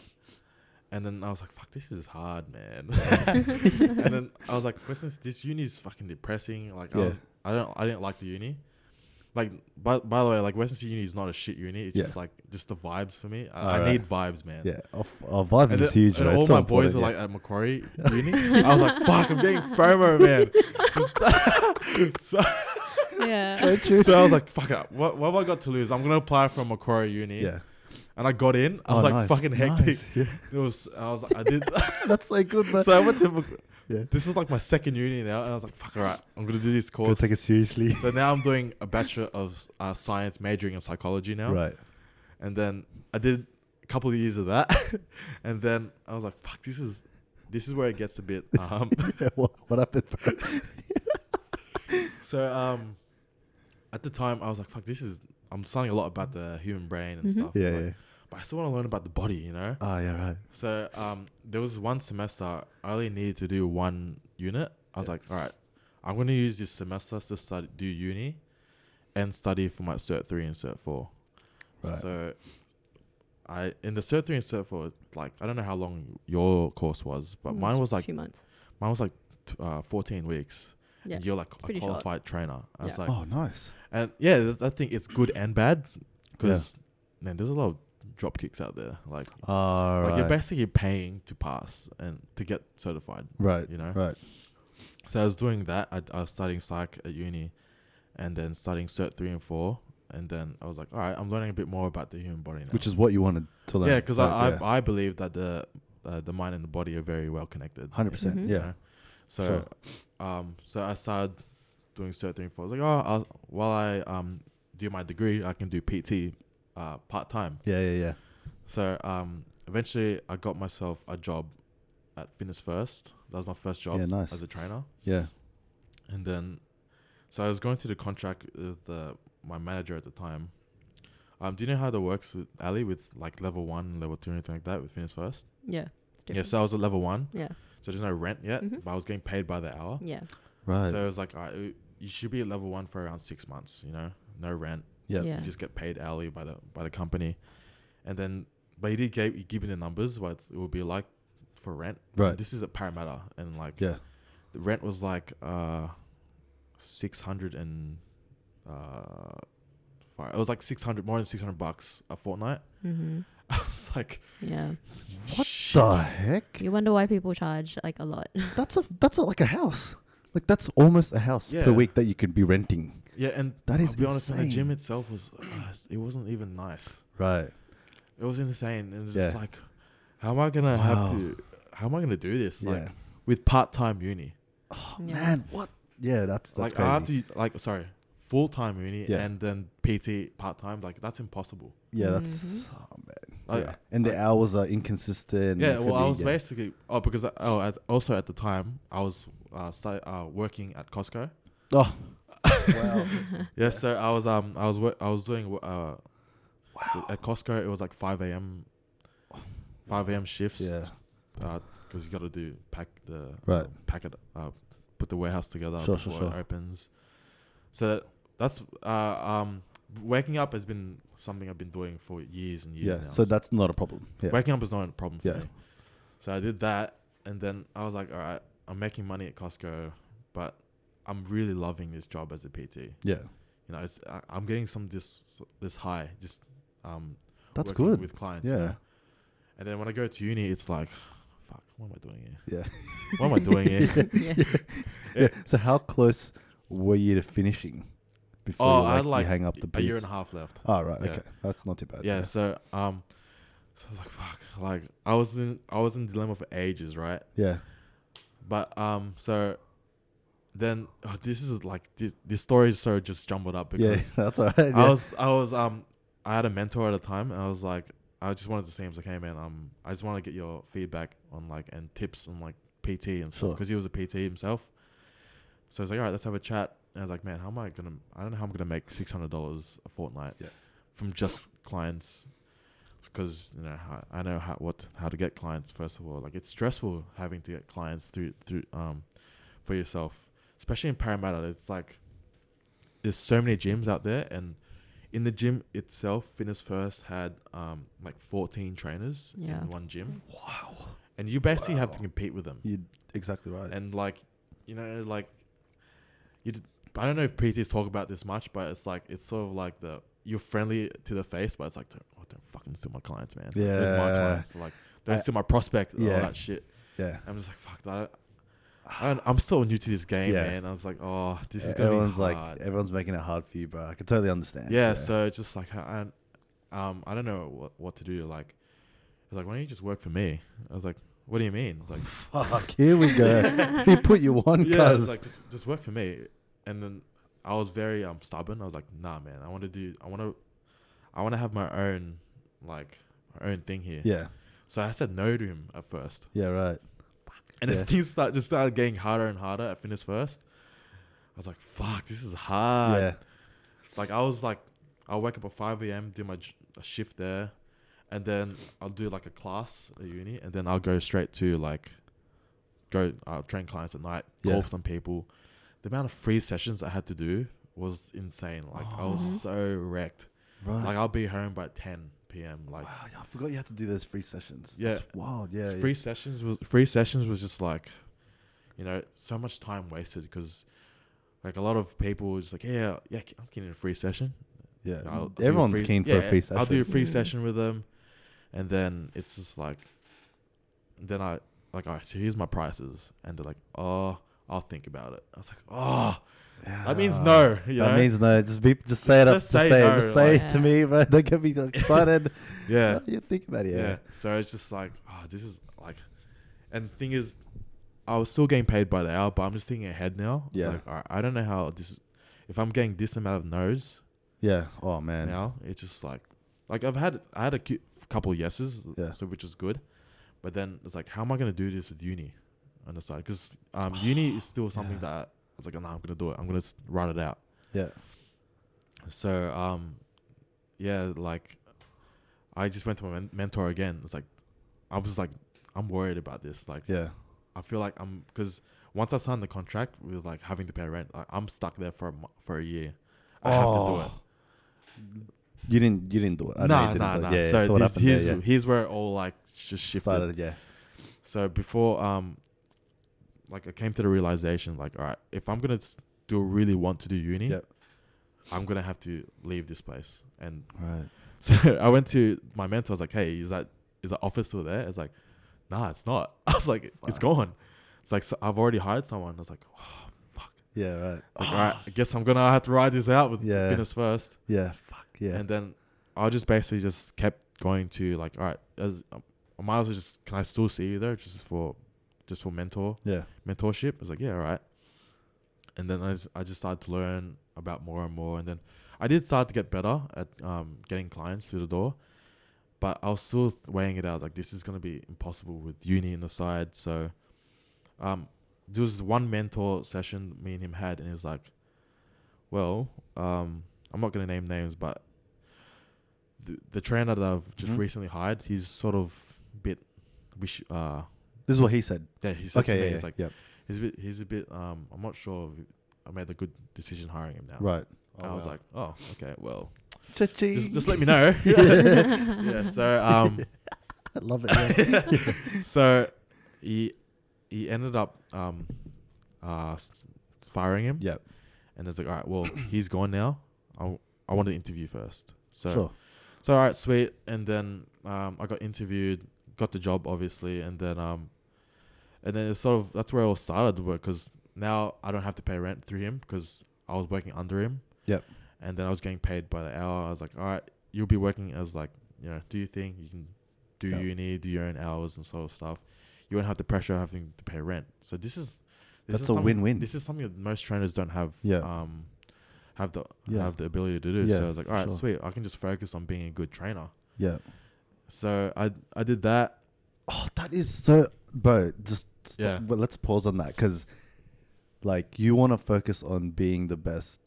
and then I was like, "Fuck, this is hard, man." and then I was like, "For instance, this uni is fucking depressing." Like, I Yeah. was, I don't, I didn't like the uni. Like, by, by the way, like Western Sydney Uni is not a shit uni. It's Yeah. just like just the vibes for me. I, I Alright. need vibes, man. Yeah. Our, our vibes And, is then- huge, and right? all It's so my boys important, were yeah. like at Macquarie Uni. I was like, "Fuck, I'm getting FOMO, man." yeah. so I was like, "Fuck it, what, what have I got to lose? I'm gonna apply for Macquarie Uni." Yeah. And I got in. I was Oh, like, nice, "Fucking hectic." nice, Yeah. It was. I was. I did. That's so good, man. so I went to. Mac- yeah. This is like my second uni now, and I was like, "Fuck, all right, I'm gonna do this Gotta course." take it seriously. so now I'm doing a bachelor of uh, science, majoring in psychology now. Right. And then I did a couple of years of that, and then I was like, "Fuck, this is, this is where it gets a bit." Um, Yeah, what, what happened? so um, at the time I was like, "Fuck, this is." I'm studying a lot about the human brain and Mhm. stuff. Mm-hmm. Yeah, like, yeah. But I still want to learn about the body, you know. Oh, yeah, right. So um, there was one semester I only needed to do one unit. I was Yeah. like, all right, I'm gonna use this semester to study do uni, and study for my cert three and cert four. Right. So I in the cert three and cert four, like I don't know how long your course was, but mine was like a Mm. few months. mine was like t- uh, 14 weeks. Yeah, And you're like a pretty short. qualified trainer. I was Yeah. like, oh, nice. and yeah, th- I think it's good and bad because man, there's a lot of drop kicks out there. Like Oh, like right. you're basically paying to pass and to get certified, Right. you know. Right. So I was doing that. I, I was studying psych at uni, and then studying cert three and four, and then I was like, all right, I'm learning a bit more about the human body now. Which is what you wanted to learn. yeah, because I, right, I I believe that the uh, the mind and the body are very well connected. yeah. 100%. Mhm. Yeah. You know? So, um, so I started doing cert three and four. I was like, oh, I'll, while I um do my degree, I can do PT, uh, part time. Yeah, yeah, yeah. So um, eventually, I got myself a job at Fitness First. That was my first job Yeah, nice. as a trainer, Yeah. and then so I was going through the contract with the, my manager at the time. Um, do you know how that works, with Ali, with like level one, level two, anything like that with Fitness First? yeah. It's Yeah, different. so I was at level one, yeah, so there's no rent yet, Mhm. but I was getting paid by the hour. yeah, Right. So it was like, all right, you should be at level one for around six months, you know, no rent, yeah. yeah. You just get paid hourly by the by the company, and then but he did give he give me the numbers what it would be like for rent. Right. This is at Parramatta, and like Yeah. the rent was like uh six hundred and uh fi- it was like six hundred more than six hundred bucks a fortnight. Mm-hmm. I was like, Yeah. What shit. the heck? You wonder why people charge like a lot. That's a that's a, like a house. Like that's almost a house Yeah. per week that you could be renting. Yeah, and That is I'll be honest, and the insane. gym itself was uh, it wasn't even nice. Right. It was insane. It was just Yeah. like, how am I gonna have Wow. to? How am I gonna do this? Like Yeah. with part time uni. Oh Yeah. man, what? Yeah, that's that's like crazy. I have to like sorry, full time uni Yeah. and then PT part time. Like that's impossible. yeah, that's Mhm. oh man. Like, yeah. And the hours are inconsistent. Yeah, it's well, gonna I be- was yeah. basically oh because I, oh at, also at the time I was uh, stu- uh working at Costco. Oh. wow. Yeah, so I was um I was wo- I was doing uh Wow. at Costco it was like five a.m. five a.m. shifts. Yeah. because uh, you got to do pack the Right. pack it uh put the warehouse together Sure, sure, before it sure. opens. So that's uh um waking up has been something I've been doing for years and years Yeah. now. So that's not a problem. Yeah. Waking up is not a problem for Yeah. me. So I did that, and then I was like, all right, I'm making money at Costco, but I'm really loving this job as a PT. You Yeah. know, it's, I, I'm getting some this this high just um That's working good. with clients. you yeah. know. And then when I go to uni, it's like, fuck, what am I doing here? Yeah. What am I doing here? yeah. yeah. So how close were you to finishing before oh, like, I had like you hang up the a boots? year and a half left. Oh right, Yeah. okay. That's not too bad. yeah, so um, so I was like, fuck, like I was in I was in dilemma for ages, right? Yeah. But um, so then oh, this is like this, this story is sort of just jumbled up yeah, because that's all right. I yeah. was I was um I had a mentor at the time and I was like I just wanted to say him like hey man um I just want to get your feedback on like and tips on like PT and stuff Sure. because he was a PT himself. So I was like all right let's have a chat and I was like man how am I gonna I don't know how I'm gonna make six hundred dollars a fortnight Yeah. from just clients because you know how, I know how what how to get clients first of all like it's stressful having to get clients through through um for yourself especially in Parramatta it's like there's so many gyms out there and in the gym itself fitness first had um like 14 trainers Yeah. in one gym wow and you basically have to Mm. Wow. compete with them You're exactly right. and like you know like you d- i don't know if pts talk about this much but it's like it's sort of like the you're friendly to the face but it's like don't, oh, don't fucking steal my clients man This is my Yeah. clients like don't I- steal my prospect and all Yeah. that shit yeah. i'm just like fuck that I don't, i'm so new to this game Yeah. man i was like oh this is gonna everyone's be like hard. everyone's making it hard for you, bro. I can totally understand. yeah, so it's just like I, I- um, I don't know what, what to do. Like, I was like, why don't you just work for me? I was like, what do you mean? It's like, fuck, here we go. he put you on, yeah, it's cuz. like just, just work for me. And then I was very um stubborn. I was like, nah, man, I want to do, I want to, I want to have my own like my own thing here. yeah, So I said no to him at first, yeah, right. and Yeah. then things start just started getting harder and harder at fitness first. I was like, fuck, this is hard. yeah, Uh, Like I was like, I'll wake up at five a.m. do my j- a shift there, and then I'll do like a class at uni, and then I'll go straight to like, go uh, train clients at night, Yeah. call some people. The amount of free sessions I had to do was insane. Like I Oh. was so wrecked. right. Like I'll be home by ten p.m. Like wow, yeah, I forgot you had to do those free sessions. Yeah. That's wild. Yeah, s- yeah. free sessions was free sessions was just like, you know, so much time wasted because. Like a lot of people was like, yeah, yeah, I'm getting a free session. yeah. I'll- I'll do a Everyone's free- keen for yeah, a free session. I'll do a free Mm. session with them, and then it's just like, and then I like, all right, so here's my prices, and they're like, oh, I'll think about it. I was like, oh, that means Yeah. no. You That know? means no. Just be, just say it up. Just Just say say, no, it. Just say like- it to me, bro. Don't get me like, excited. yeah, you think about it. yeah, Yeah. So it's just like, oh, this is like, and the thing is, I was still getting paid by the hour, but I'm just thinking ahead now. It's Yeah. like, all right, I don't know how this, if I'm getting this amount of no's Yeah. Oh man. now, it's just like, like I've had I had a cu- couple of yeses, Yeah. so which is good, but then it's like, how am I gonna do this with uni on the side? Because um, uni is still something Yeah. that I was like, no, I'm gonna do it. I'm gonna s- write it out. Yeah. So um, yeah, like I just went to my men- mentor again. It's like I was like, I'm worried about this. Like Yeah. I feel like I'm because once I signed the contract with like having to pay rent, like, I'm stuck there for a, mo- for a year. I have to do it. Oh. You didn't. You didn't do it. I know you Nah, didn't nah, do it. nah. Yeah, yeah, so so what this- happened here's, there, yeah. here's where it all like just shifted. Started, yeah. So before um like I came to the realization like all right, if I'm going to still really want to do uni, Yep. I'm going to have to leave this place. And Right. so I went to my mentor I was like, "Hey, is that is that office still there?" It's like, "Nah, it's not." I was like, "It's Fuck. gone." It's like so I've already hired someone. I was like, Yeah. Right. like, "All right, I guess I'm going to have to ride this out with Ah. Yeah. fitness first. Yeah. Fuck. Yeah. and then I just basically just kept going to like, all right, as um, I might as well just can I still see you there just for, just for mentor yeah. mentorship? It's like yeah, all right. And then I just, I just started to learn about more and more, and then I did start to get better at um, getting clients through the door, but I was still weighing it out. I was like, this is gonna be impossible with uni on the side. So, um, there was one mentor session me and him had, and he was like, well, um, I'm not gonna name names, but the, the trainer that I've just Mhm. recently hired, he's sort of bit, wish, uh, This is what he said. that he said to Okay. me, Yeah. he's yeah, like. yeah. He's a bit. He's a bit. Um, I'm not sure. If I made a good decision hiring him now. Right. Oh, And "Oh." I was like, oh, okay. Well, Cha-ching. just, just let me know. yeah. yeah. So um, I love it. Yeah. so he he ended up um, uh, s- firing him. Yep. And it's like, all right. Well, he's gone now. I I want to interview first. So Sure. so all right, sweet. And then um, I got interviewed, got the job, obviously, and then um, and then it's sort of that's where it all started to work because now I don't have to pay rent through him because I was working under him. Yep. And then I was getting paid by the hour. I was like, all right, you'll be working as like you know, do your thing. You can do Yep. uni, do your own hours and sort of stuff. You won't have the pressure of having to pay rent. So this is this is That's a something- win-win. This is something that most trainers don't have. Yeah. Um, have the Yeah. have the ability to do. Yeah, so I was like, for all right, sure. sweet. I can just focus on being a good trainer. Yeah. So I I did that. Oh, that is so, bro. Just stop, Yeah. But let's pause on that because, like, you want to focus on being the best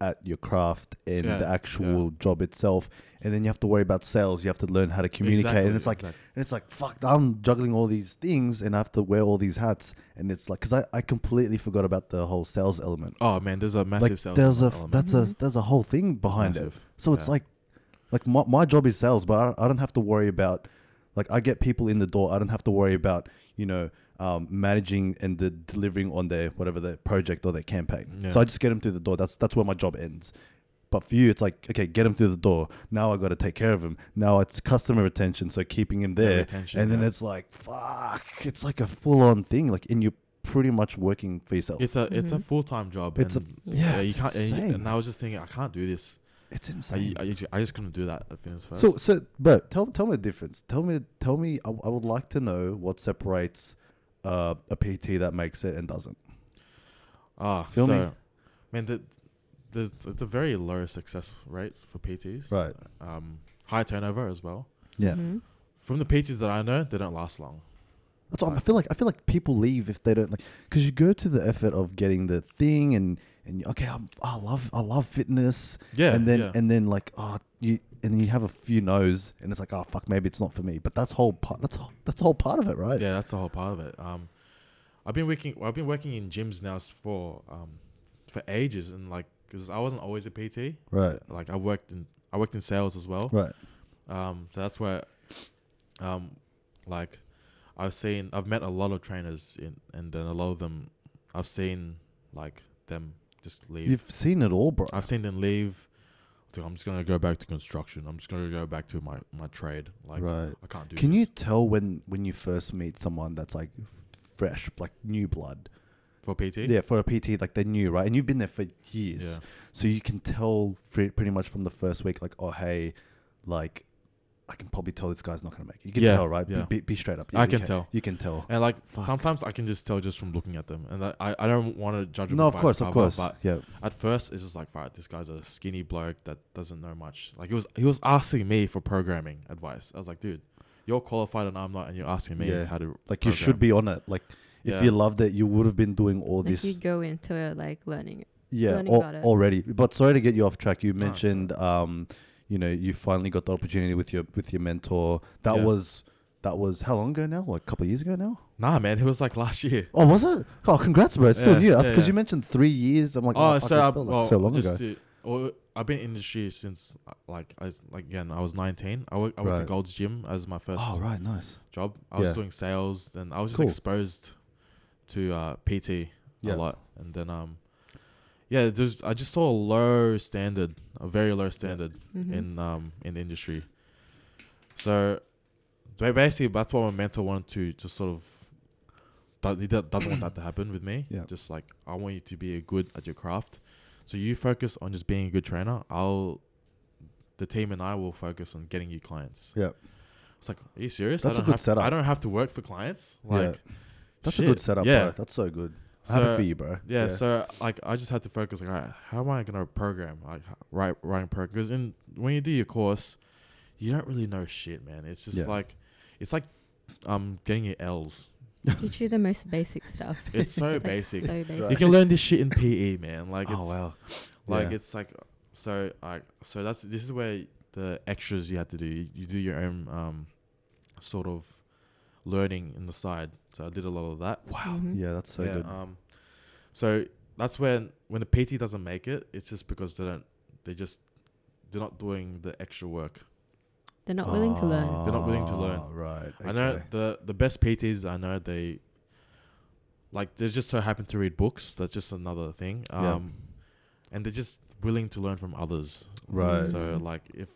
at your craft and Yeah, the yeah. actual job itself, and then you have to worry about sales. You have to learn how to communicate, and Exactly, it's like, exact- and it's like, fuck, I'm juggling all these things, and I have to wear all these hats, and it's like, because I, I completely forgot about the whole sales element. oh man, there's a massive like, sales. there's a element- f- element. that's a Mhm. there's a whole thing behind it. Massive. So it's Yeah. like, like my, my job is sales, but I, I don't have to worry about, like I get people in the door. I don't have to worry about you know um, managing and the delivering on their whatever their project or their campaign. Yeah. So I just get them through the door. That's that's where my job ends. But for you, it's like okay, get them through the door. Now I got to take care of them. Now it's customer retention, so keeping him Yeah, there. retention, and then yeah. it's like fuck, it's like a full on thing. Like and you're pretty much working for yourself. it's a it's a Mhm. full time job. It's a- and yeah, you it's can't. and you- insane. And I was just thinking, I can't do this. it's I, insane. I, ju- I just couldn't do that at Fitness First. So, so, bro, tell tell me the difference. Tell me, tell me. I, I would like to know what separates uh, a PT that makes it and doesn't. ah, feel me? so, man, that there's it's a very low success rate for PTs. Right. Um, high turnover as well. Yeah, Mhm. From the PTs that I know, they don't last long. that's what I'm- I feel like. I feel like people leave if they don't like because you go to the effort of getting the thing and and you, okay, I'm, I love I love fitness. Yeah, and then yeah. and then like oh you and then you have a few no's and it's like oh fuck maybe it's not for me. But that's whole part. That's whole- that's whole part of it, right? Yeah, that's the whole part of it. Um, I've been working. I've been working in gyms now s- for um, for ages, and like, cause I wasn't always a PT. Right. Like, I worked in I worked in sales as well. Right. Um, so that's where, um, like, I've seen, I've met a lot of trainers in, and then a lot of them, I've seen like them just leave. You've seen it all, bro. I've seen them leave. Dude, I'm just gonna go back to construction. I'm just gonna go back to my my trade. Like, right. I can't do. Can this you tell when when you first meet someone that's like fresh, like new blood? for PT? Yeah, for a PT, like they're new, right? And you've been there for years, Eh? Yeah. so you can tell fre- pretty much from the first week, like, oh hey, like I can probably tell this guy's not gonna make it. You can Yeah, tell, right? Be- yeah. Be, be straight up. I you can tell. You can tell. And like Fuck. sometimes I can just tell just from looking at them, and that- I I don't want to judge. them No, of by course, of cover, course. But Yeah, at first, it's just like, right, this guy's a skinny bloke that doesn't know much. Like he was he was asking me for programming advice. I was like, dude, you're qualified and I'm not, and you're asking me Yeah. how to like you should be on it. Like if Yeah. you loved it, you would have been doing all Like this. you go into it like learning it. yeah, learning al- about it. already. But sorry to get you off track. You it's all right. mentioned, um, you know, you finally got the opportunity with your with your mentor. That Yeah. was that was how long ago now? Like a couple of years ago now. Nah, man, it was like last year. Oh, was it? Oh, congrats, bro. It's still Yeah, new. Because yeah, you yeah. mentioned three years. I'm like, oh, oh, fuck, so it I, felt like well, so long ago. just To, well, I've been in the industry since uh, like I was- like again I was 19. I worked I worked Right. at Gold's Gym as my first Oh, right, nice. job. I Yeah. was doing sales, and I was just Cool. exposed to uh, PT Yeah. a lot, and then um, yeah, there's I just saw a low standard, a very low standard Mm-hmm. Mhm. in um in the industry. So, ba- basically, that's what my mentor wanted to just sort of. do- He do- doesn't want that to happen with me. Yeah. Just like I want you to be a good at your craft, so you focus on just being a good trainer. I'll, the team and I will focus on getting you clients. Yeah, It's like, are you serious? That's a I don't good have to- setup. I don't have to work for clients. Yeah. Like, that's a shit. good setup, Yeah, bro. That's so good. Happy So, for you, bro. yeah, So like, I just had to focus. Like, all right, how am I gonna program? Like, h- write writing program? Because in when you do your course, you don't really know shit, man. It's just Yeah. like, it's like, um, getting your L's. Teach you the most basic stuff. It's so It's, like, basic. so basic. You can learn this shit in PE, man. Like, it's, oh wow. like Yeah. it's like so like so that's this is where the extras you have to do. You, you do your own um, sort of learning in the side. So I did a lot of that. Wow. Mhm. Yeah, that's so good. Um, so that's when when the PT doesn't make it, it's just because they don't. They just they're not doing the extra work. They're not willing to learn. They're not willing to learn. Ah, Right. I know okay. the the best PTs that I know they like they just so happen to read books. That's just another thing. Um, Yeah. and they're just willing to learn from others. Right. So like if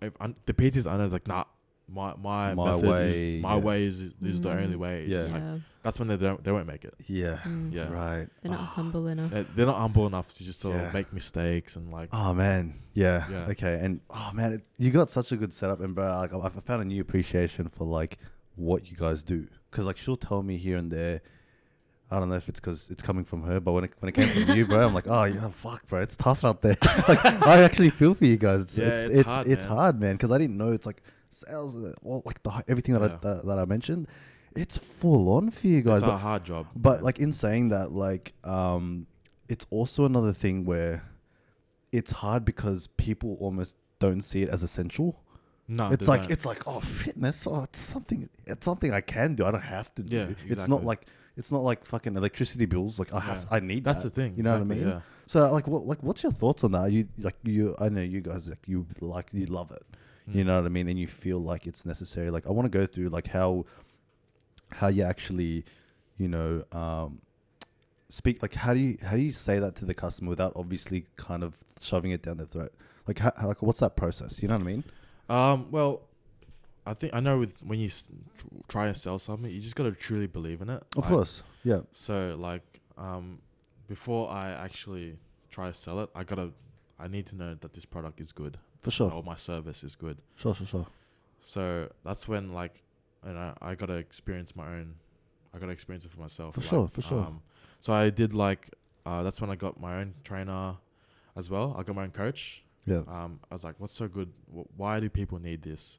if I'm, the PTs I know like nah. My my, My method way, is, my yeah. way is, is the only Mm. way. It's Yeah. just Yeah. like, that's when they don't they won't make it. Yeah. Mm. Yeah. Right. They're not Ah. humble enough. They- They're not humble enough to just sort Yeah. of make mistakes and like Oh man, yeah. Yeah. Okay, and oh man, it, you got such a good setup, and bro, like I, I found a new appreciation for like what you guys do, because like she'll tell me here and there, I don't know if it's because it's coming from her, but when it, when it came from you, bro, I'm like, oh yeah, fuck, bro, it's tough out there. like, I actually feel for you guys. It's Yeah, it's it's it's, it's, hard, man. hard, man, because I didn't know it's like sales, uh, well, like the hi- everything that Yeah. I that, that I mentioned, it's full on for you guys. it's a But, hard job. but man. like in saying that, like, um, it's also another thing where it's hard because people almost don't see it as essential. no, it's they like don't. it's like oh fitness oh it's something it's something I can do I don't have to do Yeah, it's not exactly. like it's not like fucking electricity bills like I have Yeah. I need that's that. the thing. you know exactly, what I mean so like what like what's your thoughts on that Are you like you I know you guys like you like you love it Yeah. you know what I mean and you feel like it's necessary like I want to go through like how how you actually you know um speak like how do you how do you say that to the customer without obviously kind of shoving it down their throat like how, how like what's that process you know what I mean Um, well, I think I know with when you s- tr- try and sell something, you just gotta truly believe in it. of Like, course yeah So like, um, before I actually try to sell it, I gotta, I need to know that this product is good for sure or my service is good. Sure, sure, sure. So that's when like, you know, I gotta experience my own. I gotta experience it for myself. For like, um, sure, for sure. so I did like, uh, that's when I got my own trainer, as well. I got my own coach. Yeah. um, I was like, what's so good? Wh- Why do people need this?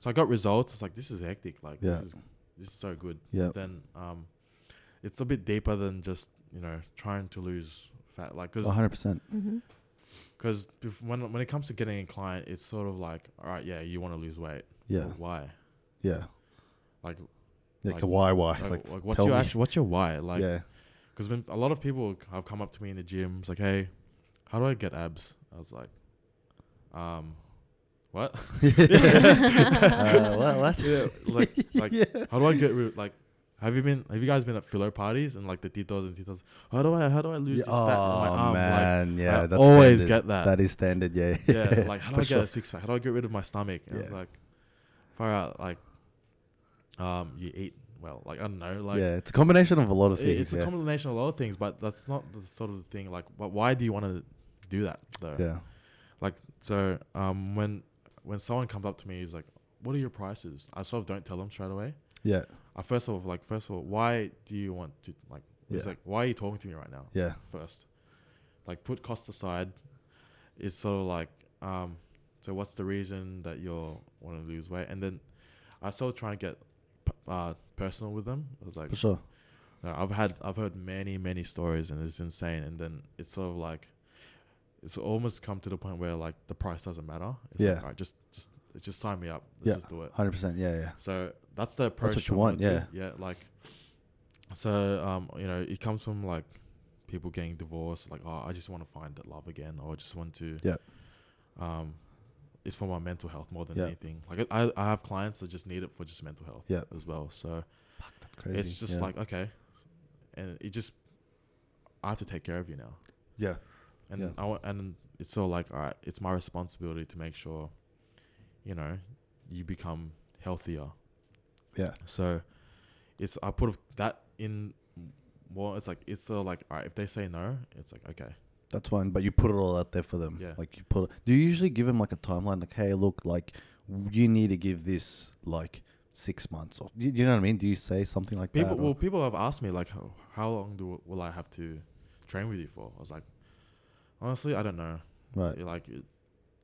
So I got results. It's like, this is hectic. Like, Yeah. this, is, this is so good. Yeah. Then um, it's a bit deeper than just, you know, trying to lose fat. Like, because 100%. Mm-hmm. cause bef- when, when it comes to getting a client, it's sort of like, all right, yeah, you want to lose weight. Yeah. Well, why? Yeah. Like, Like, Like- why, why? like, Like, like, what's tell your me. actual, what's your why? Like, yeah. because when a lot of people have come up to me in the gym, it's like, hey, how do I get abs? I was like, um, what? Uh, what- what? Yeah, like, like, how do I get rid? Like, have you been? Have you guys been at filler parties and like the titos and titas? How do I? How do I lose Yeah, this fat on my oh, arm? Like, man. yeah. I that's always standard. get that. That is standard. Yeah. yeah, like how do For I get sure. a six pack? How do I get rid of my stomach? And I was Yeah. like, far out. Like, um, you eat well. Like I don't know. Like yeah. It's a combination of a lot of i- things. it's yeah. a combination of a lot of things, but that's not the sort of thing. Like, wh- why do you want to do that though? yeah. Like so, um, when when someone comes up to me, he's like, "What are your prices?" I sort of don't tell them straight away. Yeah. I first of all like first of all, why do you want to like? It's Yeah. like why are you talking to me right now? Yeah. First, like put cost aside. It's sort of like um, so what's the reason that you're want to lose weight? And then I sort of try and get p- uh personal with them. I was like, For sure. no, I've had I've heard many many stories and it's insane. And then it's sort of like it's almost come to the point where like the price doesn't matter. It's Yeah. Like, all right, just just just sign me up. Let's Yeah. just do it. 100%. Yeah. Yeah. So that's the approach. what you I wanna want, do, yeah. Yeah, like so um, you know, it comes from like people getting divorced, like, oh, I just want to find that love again or I just want to Yeah. um it's for my mental health more than Yeah. anything. Like I I have clients that just need it for just mental health Yeah. as well. So That's crazy. it's just yeah. like okay. And it just I have to take care of you now. Yeah. And Yeah. I wa- and it's sort of like, all right, it's my responsibility to make sure, you know, you become healthier. Yeah. So it's I put that in more. It's like it's sort of like all right. If they say no, it's like okay. That's fine, but you put it all out there for them. Yeah. Like you put. Do you usually give them like a timeline? Like, hey, look, like w- you need to give this like six months, or you, you know what I mean? Do you say something like People that? or- well, people have asked me like, how, how long do will I have to train with you for? I was like, honestly, I don't know. right. Like, it,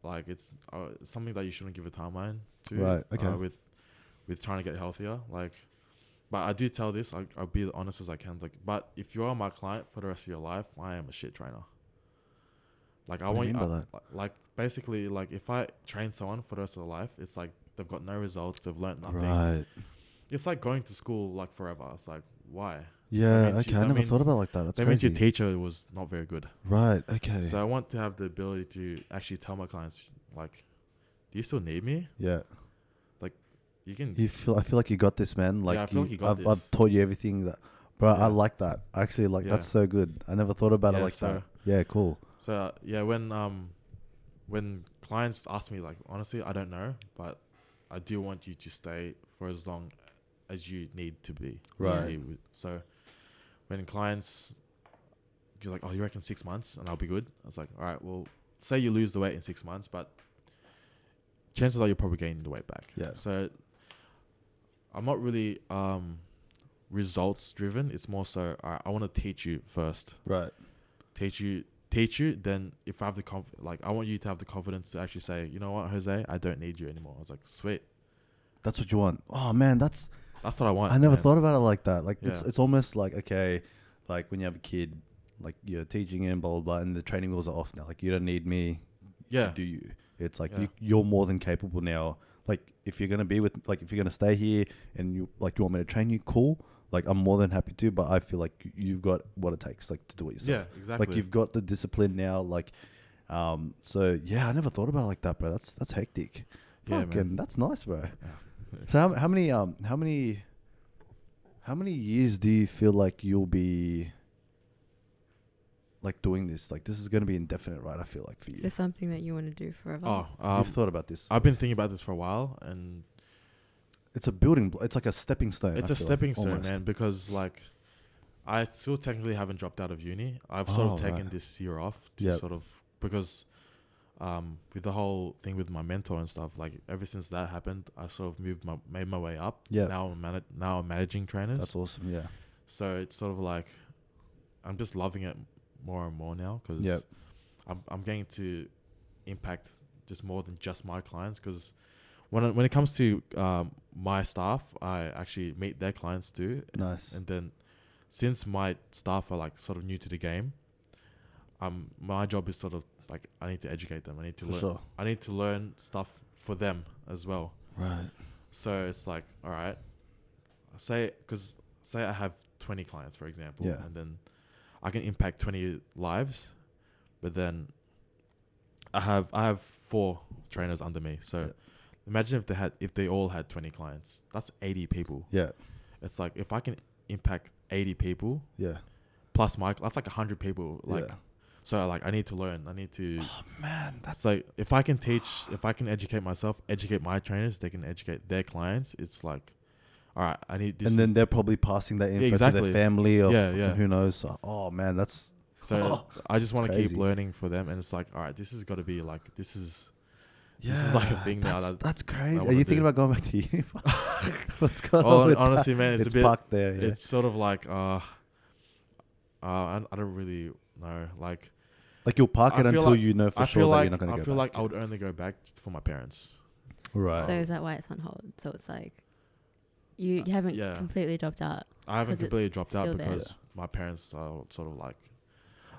like it's uh, something that you shouldn't give a timeline to. Right, okay. uh, with with trying to get healthier, like. But I do tell this. I, I'll be honest as I can. Like, but if you are my client for the rest of your life, I am a shit trainer. Like I What do want you you. mean by I- li- like basically, like if I train someone for the rest of their life, it's like they've got no results. They've learned nothing. Right. It's like going to school like forever. It's like why? Yeah. means Okay. you- I that never means- thought about it like that. That's that means crazy. your teacher was not very good. right. Okay. So I want to have the ability to actually tell my clients like, do you still need me? yeah. You can. You feel. I feel like you got this, man. Like, I feel like you got I've, this. I've taught you everything that. Bro, Yeah. I like that. I actually like Yeah. that's so good. I never thought about it Yeah, like so- that. Yeah, cool. So uh, yeah, when um, when clients ask me like, honestly, I don't know, but I do want you to stay for as long as you need to be. Right. You would- So when clients, you're like, oh, you reckon six months and I'll be good? I was like, all right, well, say you lose the weight in six months, but chances are you're probably gaining the weight back. Yeah. So I'm not really um results driven. It's more so all right, I want to teach you first. Right. Teach you, teach you. Then if I have the conf, like I want you to have the confidence to actually say, you know what, Jose, I don't need you anymore. I was like, sweet, That's what you want. Oh man, that's that's what I want. I never man. thought about it like that. Like it's Yeah. it's almost like okay, like when you have a kid, like you're teaching him blah blah blah, and the training wheels are off now. Like you don't need me. you Yeah, Do you? It's like Yeah. you, you're more than capable now. Like if you're gonna be with, like if you're gonna stay here and you like you want me to train you, cool. Like I'm more than happy to, but I feel like you- you've got what it takes, like to do it yourself. yeah, exactly. Like you've got the discipline now. Like, um, so yeah, I never thought about it like that, bro. That's that's hectic. yeah, Fucking, that's nice, bro. Yeah. So how, how many um how many how many years do you feel like you'll be like doing this? Like this is gonna be indefinite, right? I feel like for you. Is this something that you want to do forever? Oh, um, You've thought about this. I've been thinking about this for a while, and It's a building. Blo- it's like a stepping stone. it's a a stepping stone, man, because like I still technically haven't dropped out of uni. I've sort Oh, of right. taken this year off to Yep. sort of because um with the whole thing with my mentor and stuff, like ever since that happened, I sort of moved my made my way up. Yep. Now I'm mana now I'm managing trainers. That's awesome. Yeah. So it's sort of like I'm just loving it more and more now because Yep. I'm I'm getting to impact just more than just my clients because when it, when it comes to um, my staff, I actually meet their clients too, Nice. and then since my staff are like sort of new to the game, um, my job is sort of like I need to educate them. I need to for learn. sure. I need to learn stuff for them as well. Right. So it's like, all right, say because say I have twenty clients, for example, Yeah. and then I can impact twenty lives, but then I have I have four trainers under me. So Yeah. imagine if they had if they all had twenty clients, that's eighty people. Yeah. It's like if I can impact eighty people Yeah. plus my that's like hundred people. Like yeah. so, like I need to learn. I need to. Oh man, that's It's like if I can teach, if I can educate myself, educate my trainers, they can educate their clients. It's like, all right, I need this. and then is- they're probably passing that info to exactly. their family or Yeah, fucking yeah. who knows. So- Oh man, that's oh, so I just It's want to keep crazy. learning for them, and it's like, all right, this has got to be like this is. yeah, This is like a thing now that's, that that's crazy. Are wanna you thinking do. about going back to uni? What's going Oh, on? With that? honestly, man, it's, it's, a bit. parked there. Yeah. It's sort of like uh, uh, I, don't- I don't really know. Like like you'll park I it feel until like- you know for I sure feel that like you're not going to I go feel back. like I would only go back for my parents. right. So is that why it's on hold? So it's like you, you haven't Uh, yeah. completely dropped out. I haven't 'Cause it's completely dropped out still there. because my parents are sort of like,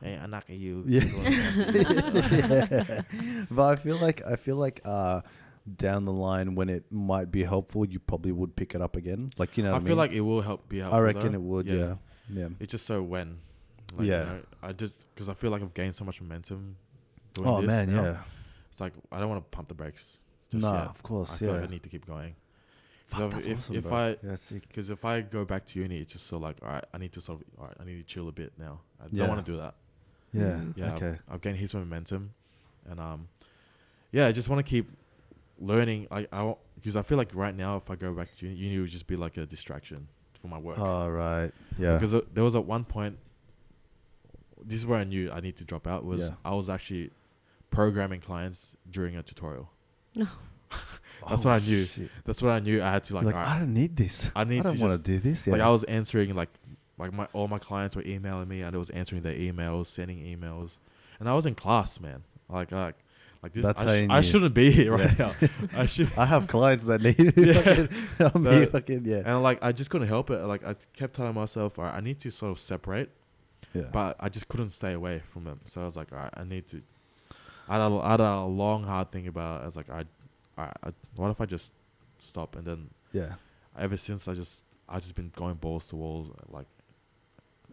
hey, I knock at you. Yeah. you wanna knock at you." Yeah. But I feel like I feel like uh, down the line when it might be helpful, you probably would pick it up again. Like you know, I what feel like it will help be helpful. I reckon though. it would. Yeah, yeah. It's just so when. Yeah. You know, I just because I feel like I've gained so much momentum. Doing Oh this man, now. yeah. It's like I don't want to pump the brakes. Just Nah, yet. of course, I feel yeah. like I need to keep going. Fuck, if that's if, awesome, if bro. I yeah, sick. because if I go back to uni, it's just so like all right, I need to sort of all right, I need to chill a bit now. I Yeah. don't want to do that. Yeah, Mm. Yeah. Okay. I've, I've gained heaps of momentum, and um, yeah, I just want to keep learning. I I because I feel like right now, if I go back to uni, uni would just be like a distraction for my work. All right. Yeah. Because uh, there was at one point, this is where I knew I need to drop out. Was Yeah. I was actually programming clients during a tutorial. that's Oh, what I knew. shit. That's what I knew. I had to like, Like, all I right, don't need this. I, I need to don't want to just do this. Yeah. like I was answering like like my all my clients were emailing me and I was answering their emails, sending emails, and I was in class, man. Like like like this, That's I, how sh- you I knew. shouldn't be here right now. I should. I have clients that need it. Yeah. Fucking- I'm So- here fucking yeah. And like I just couldn't help it. Like I kept telling myself, all right, I need to sort of separate. Yeah. but I just couldn't stay away from them. So I was like, all right, I need to. I had a, I had a long, hard thing about it. I was like, I, I, I, what if I just stop? And then yeah. ever since, I just, I just been going balls to walls like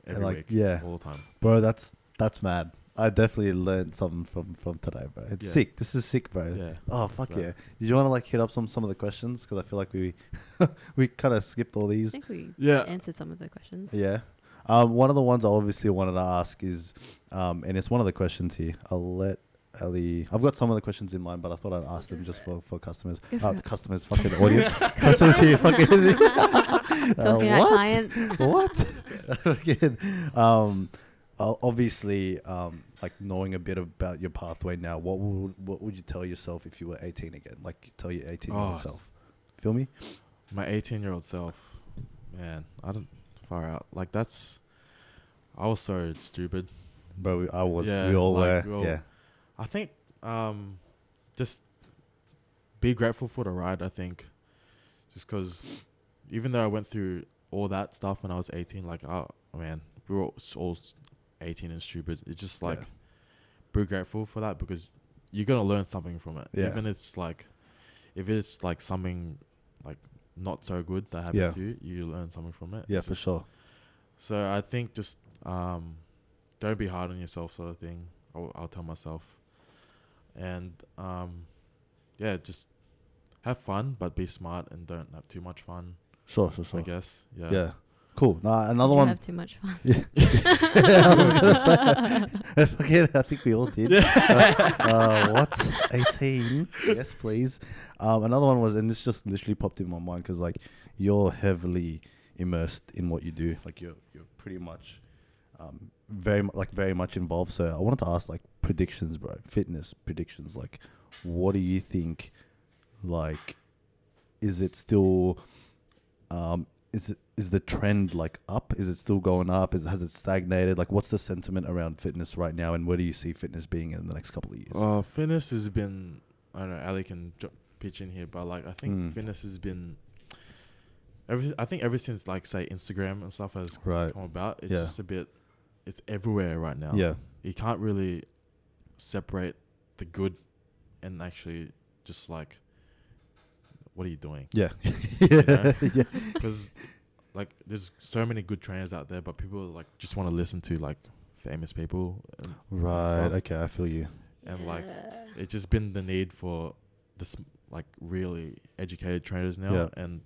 And, every like, week, yeah. all the time. Bro, that's that's mad. I definitely learned something from from today, bro. It's Yeah. sick. This is sick, bro. Yeah. Oh fuck right. yeah! Did you want to like hit up some some of the questions? Because I feel like we we kind of skipped all I these. think we Yeah. answered some of the questions. Yeah. Um, one of the ones I obviously wanted to ask is, um, and it's one of the questions here. I'll let Ali. I've got some of the questions in mind, but I thought I'd ask them just for, for customers. Go for Uh, it. customers, fucking audience. customers here, fucking. Uh, Talking what? about clients. what? Again, um, o- obviously, um, like knowing a bit about your pathway now, what would what would you tell yourself if you were eighteen again? Like tell your eighteen year Oh. old self. Feel me? My 18 year old self, man, I don't. far out. Like that's, I was so stupid. Bro, we, I was. Yeah, we all like, were. we all- yeah. I think um, just be grateful for the ride. I think just because even though I went through all that stuff when I was 18, like oh man, we were all s- all s- 18 and stupid. It's just Yeah. like be grateful for that because you're gonna learn something from it. Yeah. Even it's like if it's like something like not so good that happened Yeah. to you, you learn something from it. Yeah, It's for just- sure. so I think just um, don't be hard on yourself, sort of thing. I'll, I'll tell myself, and um, yeah, just have fun, but be smart and don't have too much fun. Sure, sure, I sure. guess. Yeah. Yeah. Cool. Nah, Did another you one. Have too much fun. Yeah. I was gonna say. Forget. I think we all did. uh, what? Eighteen? Yes, please. Um, another one was, and this just literally popped in my mind because like you're heavily immersed in what you do. Like you're you're pretty much, um, very mu- like very much involved. So I wanted to ask like predictions, bro. Fitness predictions. Like, what do you think? Like, is it still? Um, is it is the trend like up? Is it still going up? Is has it stagnated? Like, what's the sentiment around fitness right now, and where do you see fitness being in the next couple of years? Uh, fitness has been. I don't know. Ali can j- pitch in here, but like I think Mm. fitness has been. Every, I think ever since like say Instagram and stuff has right. come about, it's Yeah. just a bit. It's everywhere right now. Yeah. you can't really separate the good and actually just like what are you doing Yeah. yeah. yeah. because like there's so many good trainers out there but people like just want to listen to like famous people and, Right. Myself. Okay, I feel you. and like it's just been the need for this like really educated trainers now Yeah. and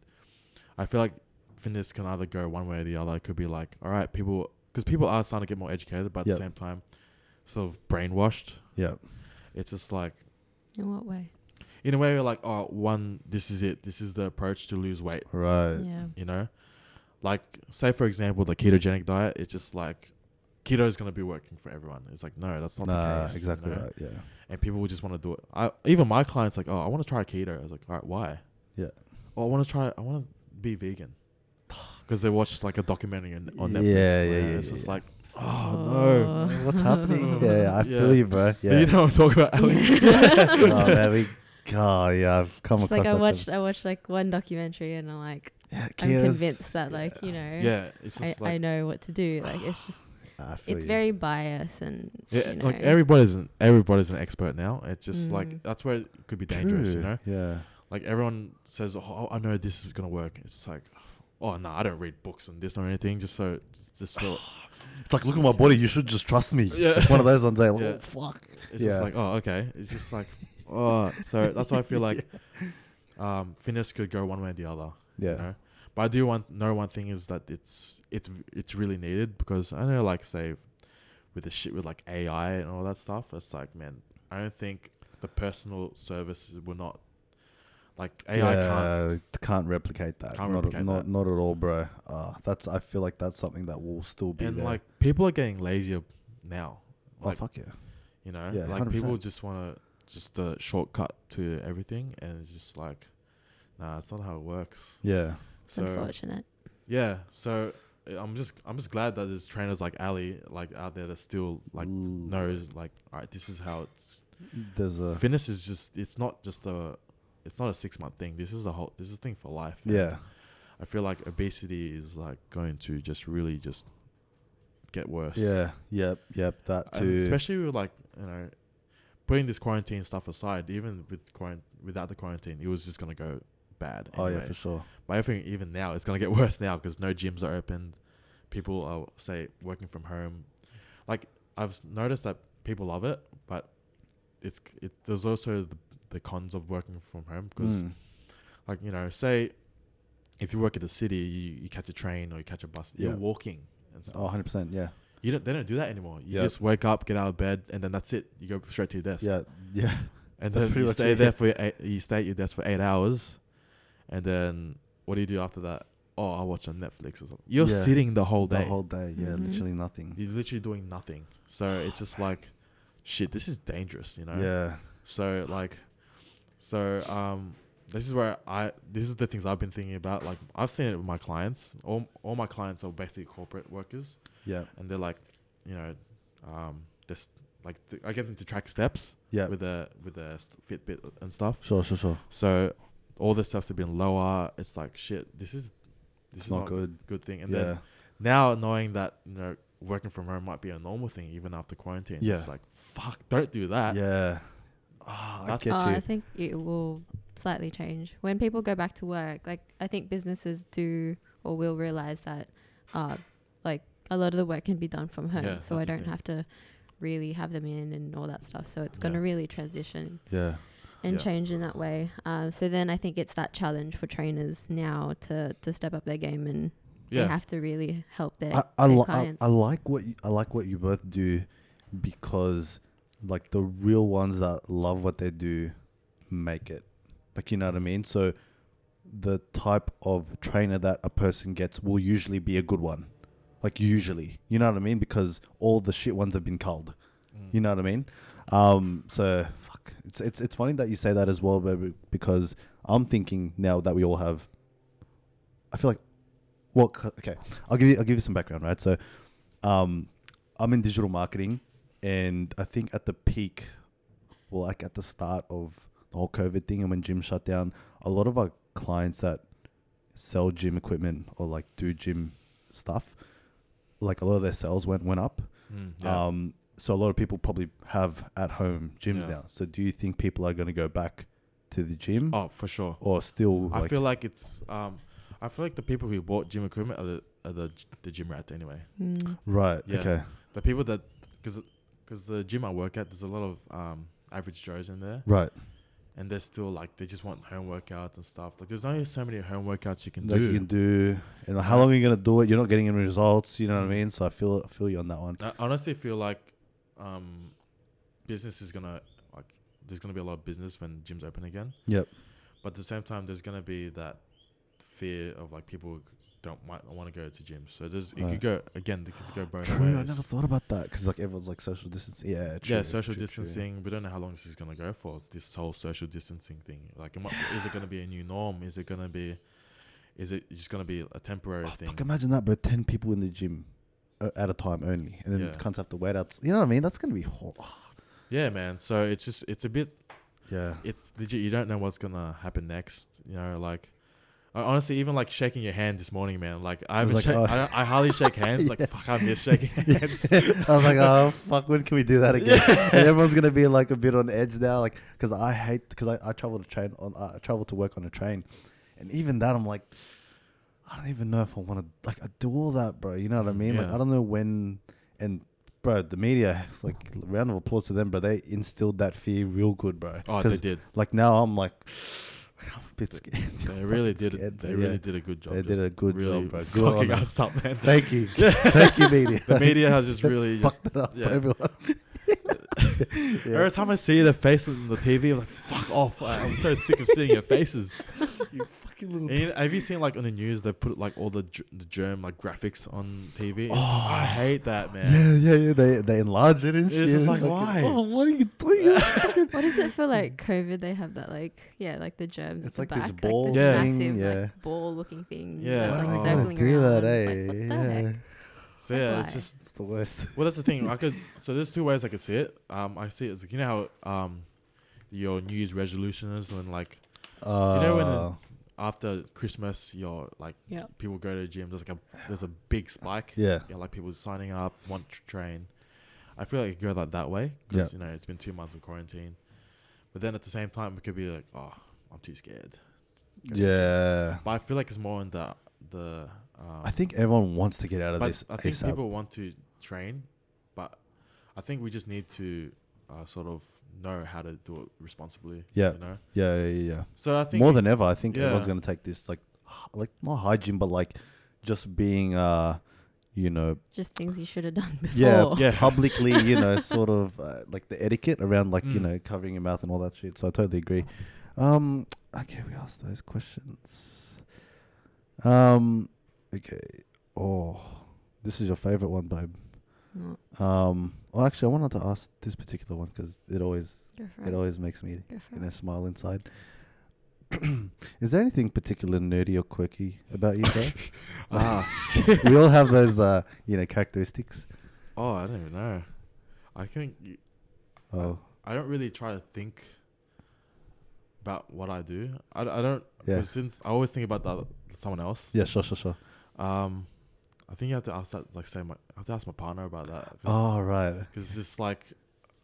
i feel like fitness can either go one way or the other it could be like all right people because people are starting to get more educated but at Yep. the same time sort of brainwashed Yeah. it's just like In what way? in a way you're like oh one this is it this is the approach to lose weight Right. Yeah. you know like say for example the ketogenic diet it's just like keto is going to be working for everyone it's like no that's not Nah, the case exactly you know? right. Yeah. and people will just want to do it I, even my clients like oh i want to try keto i was like all right why Yeah. oh i want to try i want to be vegan because they watched like a documentary on, on Yeah, netflix yeah, where yeah, it's yeah, just yeah. like oh, Oh. What's happening? Yeah. Yeah, I feel Yeah. you, bro. no Yeah. you know what i'm talking about Ali? oh, man, we, God, yeah, I've come Just across like I that. watched, I watched like one documentary, and I'm like, yeah, I'm yes, convinced that like you know, yeah it's I, just I like know what to do. Like it's just, I feel it's you. very biased and Yeah, you like know. everybody's an everybody's an expert now. It's just Mm. like that's where it could be dangerous, True. you know. Yeah. Like everyone says, "Oh, I know this is gonna work." It's like, "Oh no, I don't read books on this or anything." Just so, it's just so It's like, look at my body. You should just trust me. Yeah. It's one of those ones. Like, Yeah. oh, fuck. it's Yeah. just like, "Oh, okay." It's just like, "Oh." So that's why I feel like um, fitness could go one way or the other. Yeah. You know? But I do want know one thing is that it's it's it's really needed because I know like say with the shit with like AI and all that stuff, it's like man, I don't think the personal services will not like AI can't can't can't replicate that. Can't not, replicate not, that. not at all, bro. Uh, that's I feel like that's something that will still be and there. like people are getting lazier now. oh Like fuck yeah, you know, yeah, like people 100%. just want to just a shortcut to everything, and it's just like, nah, it's not how it works. yeah, it's So unfortunate. yeah, so uh, I'm just I'm just glad that there's trainers like Ali like out there that still like Mm. knows like all right this is how it's There's a fitness is just it's not just a it's not a six month thing this is a whole this is a thing for life And yeah, I feel like obesity is like going to just really just get worse yeah, yep, yep. That And too. especially with like you know putting this quarantine stuff aside even with quarant- without the quarantine it was just gonna go bad oh yeah, anyway. for sure. But I think even now it's gonna get worse now because no gyms are open. People are say working from home. Like I've s- noticed that people love it, but it's c- it, there's also the, the cons of working from home because Mm. like you know say if you work at the city you, you catch a train or you catch a bus Yeah. you're walking and oh, stuff. 100 percent. Yeah, You don't they don't do that anymore. You Yeah. just wake up, get out of bed, and then that's it. You go straight to your desk. yeah, yeah, That's And then pretty you much stay it, yeah. there for eight, you stay at your desk for eight hours, and then what do you do after that? Oh, I'll watch on Netflix or something. You're Yeah. sitting the whole the day. whole day. Yeah, Mhm. literally nothing. You're literally doing nothing. So it's just like, shit, this is dangerous, you know. Yeah, So like, so um, this is where I this is the things I've been thinking about. Like I've seen it with my clients. All all my clients are basically corporate workers, Yeah. and they're like, you know, um, this like th- I get them to track steps Yeah. with a with a st- Fitbit and stuff. Sure, sure, sure. So all the steps have been lower. It's like shit. This is this It's is not not a good. good thing. And yeah. then now knowing that you know working from home might be a normal thing even after quarantine. Yeah. It's like fuck, don't do that. yeah. Ah, I That's- get Oh, you. I think it will slightly change when people go back to work. Like I think businesses do or will realize that, uh, like a lot of the work can be done from home, Yeah, so I that's the don't thing. have to really have them in and all that stuff. So it's going to Yeah. really transition yeah. and Yeah. change in that way. Um, so then I think it's that challenge for trainers now to to step up their game and they Yeah. have to really help their, I, I, their li- I, clients. I like what you, I like what you both do because like the real ones that love what they do make it like you know what I mean so the type of trainer that a person gets will usually be a good one like usually you know what I mean because all the shit ones have been culled Mm. you know what I mean um so fuck it's it's it's funny that you say that as well baby, because I'm thinking now that we all have I feel like well c- okay I'll give you I'll give you some background, right? So, um, I'm in digital marketing, and I think at the peak, well, like at the start of the whole COVID thing, and when gym shut down, a lot of our clients that sell gym equipment or like do gym stuff, like a lot of their sales went went up. Mm, yeah. Um, so a lot of people probably have at home gyms Yeah. now. So do you think people are going to go back to the gym oh, for sure. or still? I like- feel like it's um, I feel like the people who bought gym equipment are the are the, the gym rat anyway. Mm. right. Yeah. Okay. The people that because because the gym I work at, there's a lot of um average Joes in there, Right. and they're still like they just want home workouts and stuff. Like there's only so many home workouts you can that do. you can do and how long are you gonna do it you're not getting any results you know Mm-hmm. what i mean so i feel I feel you on that one I honestly feel like um, business is gonna like there's gonna be a lot of business when gyms open again. Yep. But at the same time, there's gonna be that fear of like people who don't might not want to go to gyms. So there's it Right. could go again. It could go both true i ways. never thought about that because like everyone's like social distance yeah true, yeah, true, social true. distancing. We don't know how long this is gonna go for. This whole social distancing thing. Like, it might, is it gonna be a new norm? Is it gonna be? Is it just gonna be a temporary Oh, thing? fuck, imagine that bro 10 people in the gym uh, at a time only and then Yeah. cunts have to wait out you know what i mean that's gonna be hor- Yeah, man. So it's just it's a bit yeah it's legit. You don't know what's gonna happen next. You know, like I honestly, even like shaking your hand this morning, man. Like I was haven't, like, shak- oh. I, don't- I hardly shake hands. Like Yeah. fuck, I miss shaking hands. I was like, oh fuck, when can we do that again? And everyone's gonna be like a bit on edge now, like because I hate because I, I travel to train on I travel to work on a train, and even that I'm like, I don't even know if I want to like I do all that, bro. You know what I Mm, mean? Like yeah. I don't know when and bro, the media like round of applause to them, bro. They instilled that fear real good, bro. Oh, 'Cause, they did. Like now I'm like, I'm a bit scared. They really fucking did. scared, they but really yeah. did a good job. They did just a good really job, bro. Good on Fucking 'em. us up, man. Thank you, thank you, media. the media has just really just. fucked it up yeah. for everyone. Yeah. Every time I see their faces on the TV, I'm like, "Fuck off!" I- I'm so sick of seeing your faces. You fucking little. And you- have you seen like on the news they put like all the, g- the germ like graphics on TV? It's- Oh. I hate that, man. Yeah, yeah, yeah. They they enlarge it and It's shit. just like, why? Oh, what are you doing? What is it for like COVID? They have that like yeah, like the germs. It's at like the this back, ball like this Yeah. thing, massive yeah. Oh, like ball-looking thing. Yeah. that's, Why like would they circling do around. and that, it's like, what the eh? heck? Yeah. So yeah, Why? it's just It's the worst. Well, that's the thing. I could. So there's two ways I could see it. Um, I see it as like, you know how um, your New Year's resolution is when like Uh, know when the- after Christmas, your like Yeah. people go to the gym. There's like a there's a big spike. yeah, You know, like people signing up, want to train. I feel like it could go like that way because you know it's been two months of quarantine. But then at the same time, it could be like, oh, I'm too scared. Go to the gym. yeah. But I feel like it's more on the the. Um, I think everyone wants to get out of but this. I think ASAP. people want to train, but I think we just need to uh, sort of know how to do it responsibly. Yeah. You know. Yeah, yeah, yeah. So I yeah. think More than ever, I think Yeah. everyone's gonna take this like, h- like not hygiene, but like, just being uh, you know, Just things you should have done before. yeah, Yeah. publicly, you know, sort of uh, like the etiquette around like you Mm. know covering your mouth and all that shit. So I totally agree. Um, okay, we asked those questions. Um, okay. Oh, this is your favorite one, babe. No, Um, well, actually, I wanted to ask this particular one because it always go for it it. always makes me Go you for know it. smile inside. Is there anything particular nerdy or quirky about you, bro? wow. Ah, we all have those, uh, you know, characteristics. Oh, I don't even know. I think y- Oh, I don't really try to think about what I do. I, d- I don't. Yeah. 'cause Since I always think about the other- someone else. yeah, sure, sure, sure. Um, I think you have to ask that. Like, say, my, I have to ask my partner about that. Cause, Oh, right. 'cause it's just like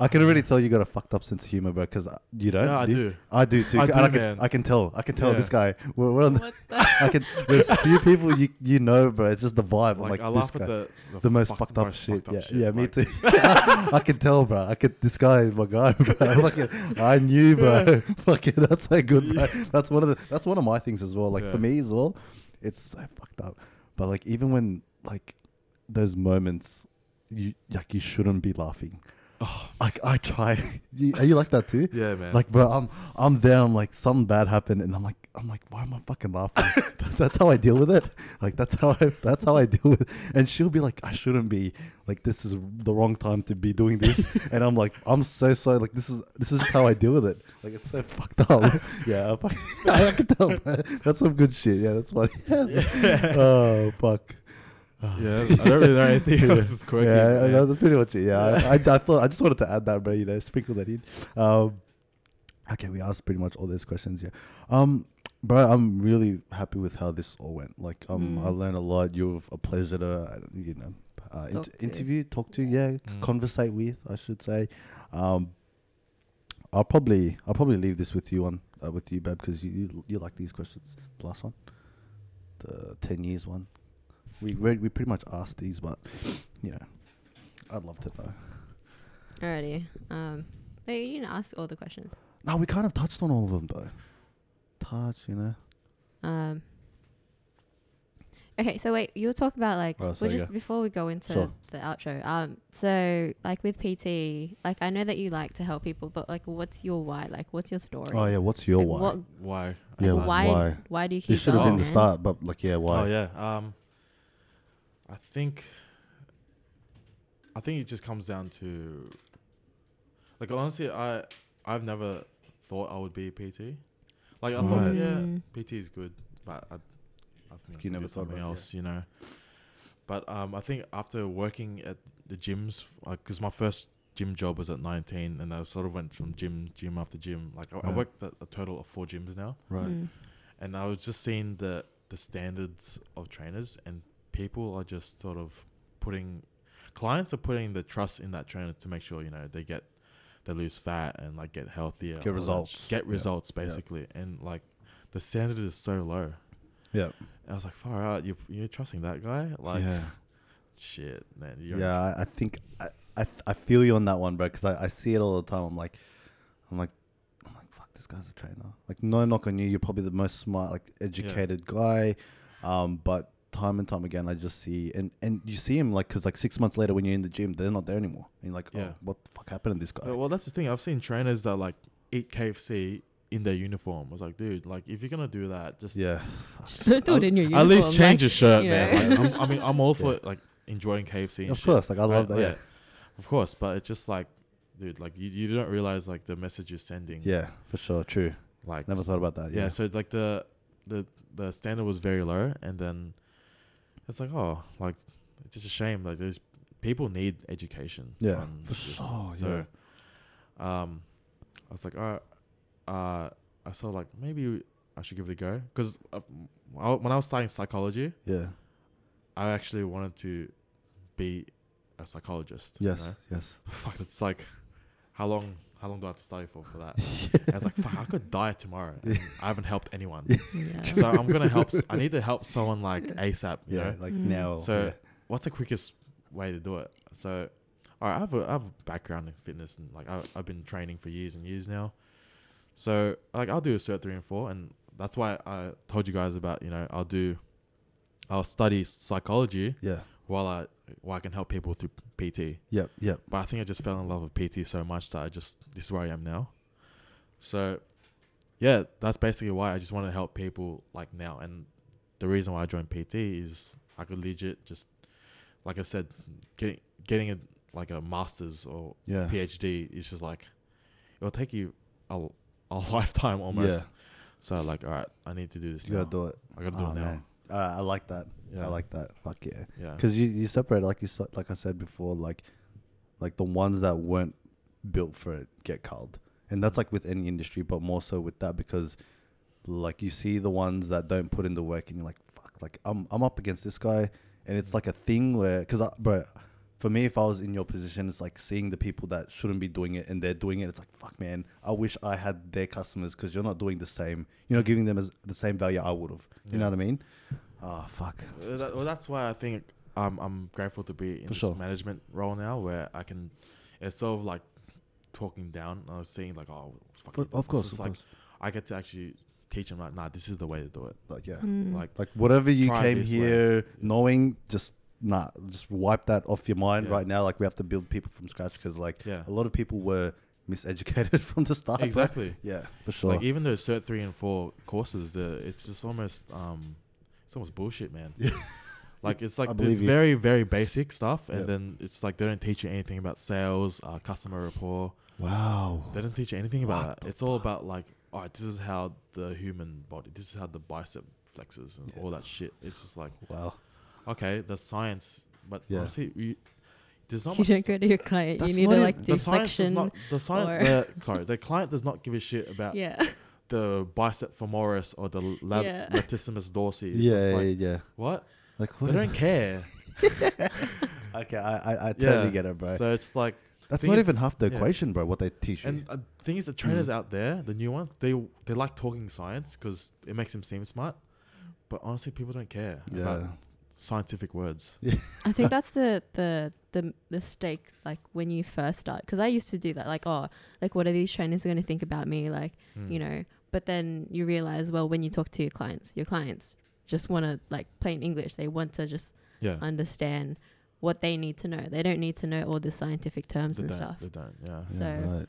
I can already tell you got a fucked up sense of humor, bro, because you don't. no, I you? do. I do too. I and do, I, can, man. I can tell. I can tell Yeah. this guy. We're, we're on the, What the? I can. There's few people you you know, bro. It's just the vibe. I'm Like, like, I this laugh guy. at The, the the, most fuck- fucked up most shit. fucked yeah, yeah, me like- too. I can tell, bro. I could. This guy is my guy, bro. Fucking, I knew, bro. Fucking, that's so good, bro. That's one of the. That's one of my things as well. Like Yeah. for me as well, it's so fucked up. But like even when like those moments, you like you shouldn't be laughing. Oh. Like I try. you, are you like that too? Yeah, man. Like, bro, I'm I'm there. I'm like, something bad happened, and I'm like, I'm like, why am I fucking laughing? that's how I deal with it. Like, that's how I that's how I deal with. It. And she'll be like, I shouldn't be like, this is the wrong time to be doing this. and I'm like, I'm so sorry. Like, this is this is just how I deal with it. Like, it's so fucked up. yeah, I, fucking, I can tell. Man. That's some good shit. Yeah, that's funny. oh fuck. yeah, I don't really know anything Yeah. else is quirky. Yeah, man. that's pretty much it. Yeah, I, I, I thought I just wanted to add that, bro. You know, sprinkle that in. Um, okay, we asked pretty much all those questions. Yeah, um, bro, I'm really happy with how this all went. Like, um, I Mm. learned a lot. You're a pleasure to, uh, you know, uh, Talk int- to. interview, talk to, yeah, c- Mm. conversate with, I should say. Um, I'll probably I'll probably leave this with you on uh, with you, babe, because you, you you like these questions. The last one, the ten years one. We we we pretty much asked these, but you know, I'd love to know. Alrighty. Um, wait, you didn't ask all the questions. No, we kind of touched on all of them though. Touch, you know. Um. Okay, so wait, you were talking about like Oh, well, sorry, just yeah. before we go into Sure. the outro. Um, so like with PT, like I know that you like to help people, but like, what's your why? Like, what's your story? Oh yeah, what's your Like, why? What, why? Yeah, yeah, Aside- why, why? why? do you keep? This should have been going, the man? start, but like, yeah, why? Oh yeah. Um, I think. I think it just comes down to. Like honestly, I I've never thought I would be a PT. Like I thought, Right. yeah, Mm. PT is good, but I, I think I You could never do thought something about it, else, you know. But um, I think after working at the gyms, because my first gym job was at 19, and I sort of went from gym, gym after gym. Like I, I Right. worked at a total of four gyms now Right. Mm. and I was just seeing the the standards of trainers and people are just sort of putting clients are putting the trust in that trainer to make sure you know they get they lose fat and like get healthier all that results. sh- get Yeah. results Yeah. basically and like the standard is so low Yeah. and I was like far out you you're trusting that guy like yeah. shit man you're Yeah, I, I think I, I I feel you on that one, bro. Because I, I see it all the time. I'm like, I'm like, I'm like, fuck, this guy's a trainer. Like, no knock on you. You're probably the most smart, like, educated guy. Um, but time and time again, I just see and and you see him like, cause like six months later, when you're in the gym, they're not there anymore. And you're like, Yeah. oh, what the fuck happened to this guy? Uh, well that's the thing I've seen trainers that like eat KFC in their uniform I was like dude like if you're gonna do that just yeah, Do it in your At least uniform, change like, your shirt, you man. know. Like, I'm, I mean, I'm all for like enjoying KFC. And of shit, course. Like, I love right? that. Yeah, of course. But it's just like, dude, like you, you don't realize like the message you're sending. yeah, for sure. True. like Never thought about that. yeah. Yeah. so it's like the the the standard was very low, and then it's like oh, like it's just a shame. Like there's people need education. Yeah, on for this. sure, So, um, I was like, all right, uh, I saw like maybe I should give it a go because when I was studying psychology. yeah. I actually wanted to be a psychologist. you Yes. know? Yes. Fuck, it's like, how long? How long do I have to study for for that? And I was like, fuck, I could die tomorrow. and I haven't helped anyone, Yeah. so I'm gonna help. s- I need to help someone like ASAP. You Yeah. know, Like Mm. now. So- yeah. what's the quickest way to do it? So, all right, I have a, I have a background in fitness and like I, I've been training for years and years now. So like I'll do a cert three and four, and that's why I told you guys about you know I'll do, I'll study psychology yeah. while I while I can help people through PT. Yep. Yep. But I think I just fell in love with PT so much that I just this is where I am now. So yeah, that's basically why I just want to help people like now. And the reason why I joined PT is I could legit just like I said, getting getting a like a master's or Yeah. PhD is just like it'll take you a, a lifetime almost. So like, all right, I need to do this You now. gotta do it. I gotta do Oh, it now. man. Alright, I like that. Yeah. I like that. Fuck yeah. Yeah. Because you, you separate like you so- like I said before, like like the ones that weren't built for it get culled, and that's like with any industry, but more so with that because like you see the ones that don't put in the work, and you're like fuck, like I'm I'm up against this guy, and it's like a thing where because bro, for me if I was in your position, it's like seeing the people that shouldn't be doing it and they're doing it. It's like fuck, man, I wish I had their customers because you're not doing the same. You're not giving them as the same value I would have. You know Yeah. what I mean? Ah, fuck. Uh, that- well, that's why I think um, I'm grateful to be in For this sure. management role now, where I can. It's sort of like talking down. I was saying like, oh, fuck Of it. of It's course, just of like course. I get to actually teach them like, nah, this is the way to do it. Like yeah. Mm. Like, Like whatever you Try came this here way. knowing, just nah, just wipe that off your mind Yeah. right now. Like we have to build people from scratch because like yeah, a lot of people were miseducated from the start. bro. exactly. Yeah, for sure. Like e- even those cert three and four courses, the it's just almost um, it's almost bullshit, man. like it's like believe it's you. very very basic stuff, and Yeah. then it's like they don't teach you anything about sales, uh, customer rapport. wow. They don't teach you anything about What that. It's all about like, all right, this is how the human body, this is how the bicep flexes and Yeah. all that shit. It's just like, Wow. okay, that's science, but Yeah. honestly, we, there's not you much. don't go to your client. That's You need to not even- like do the science does flexion. not. The or- science. The, sorry, the client does not give a shit about yeah. the bicep femoris or the lat- Yeah. latissimus dorsi. It's Yeah, just yeah, like, yeah. what? Like They what? don't care. okay, I, I, I totally Yeah. get it, bro. So it's like, That's thing not is- even half the yeah. equation, bro. What they teach you. and uh, thing is, the trainers Mm. out there, the new ones, they they like talking science because it makes them seem smart. But honestly, people don't care about yeah. scientific words. I think that's the the the mistake like when you first start because I used to do that like oh like what are these trainers going to think about me like Hmm. you know but then you realize well when you talk to your clients your clients just want to like plain English they want to just yeah, understand what they need to know they don't need to know all the scientific terms they and don't, stuff they don't. Yeah, yeah, so- right.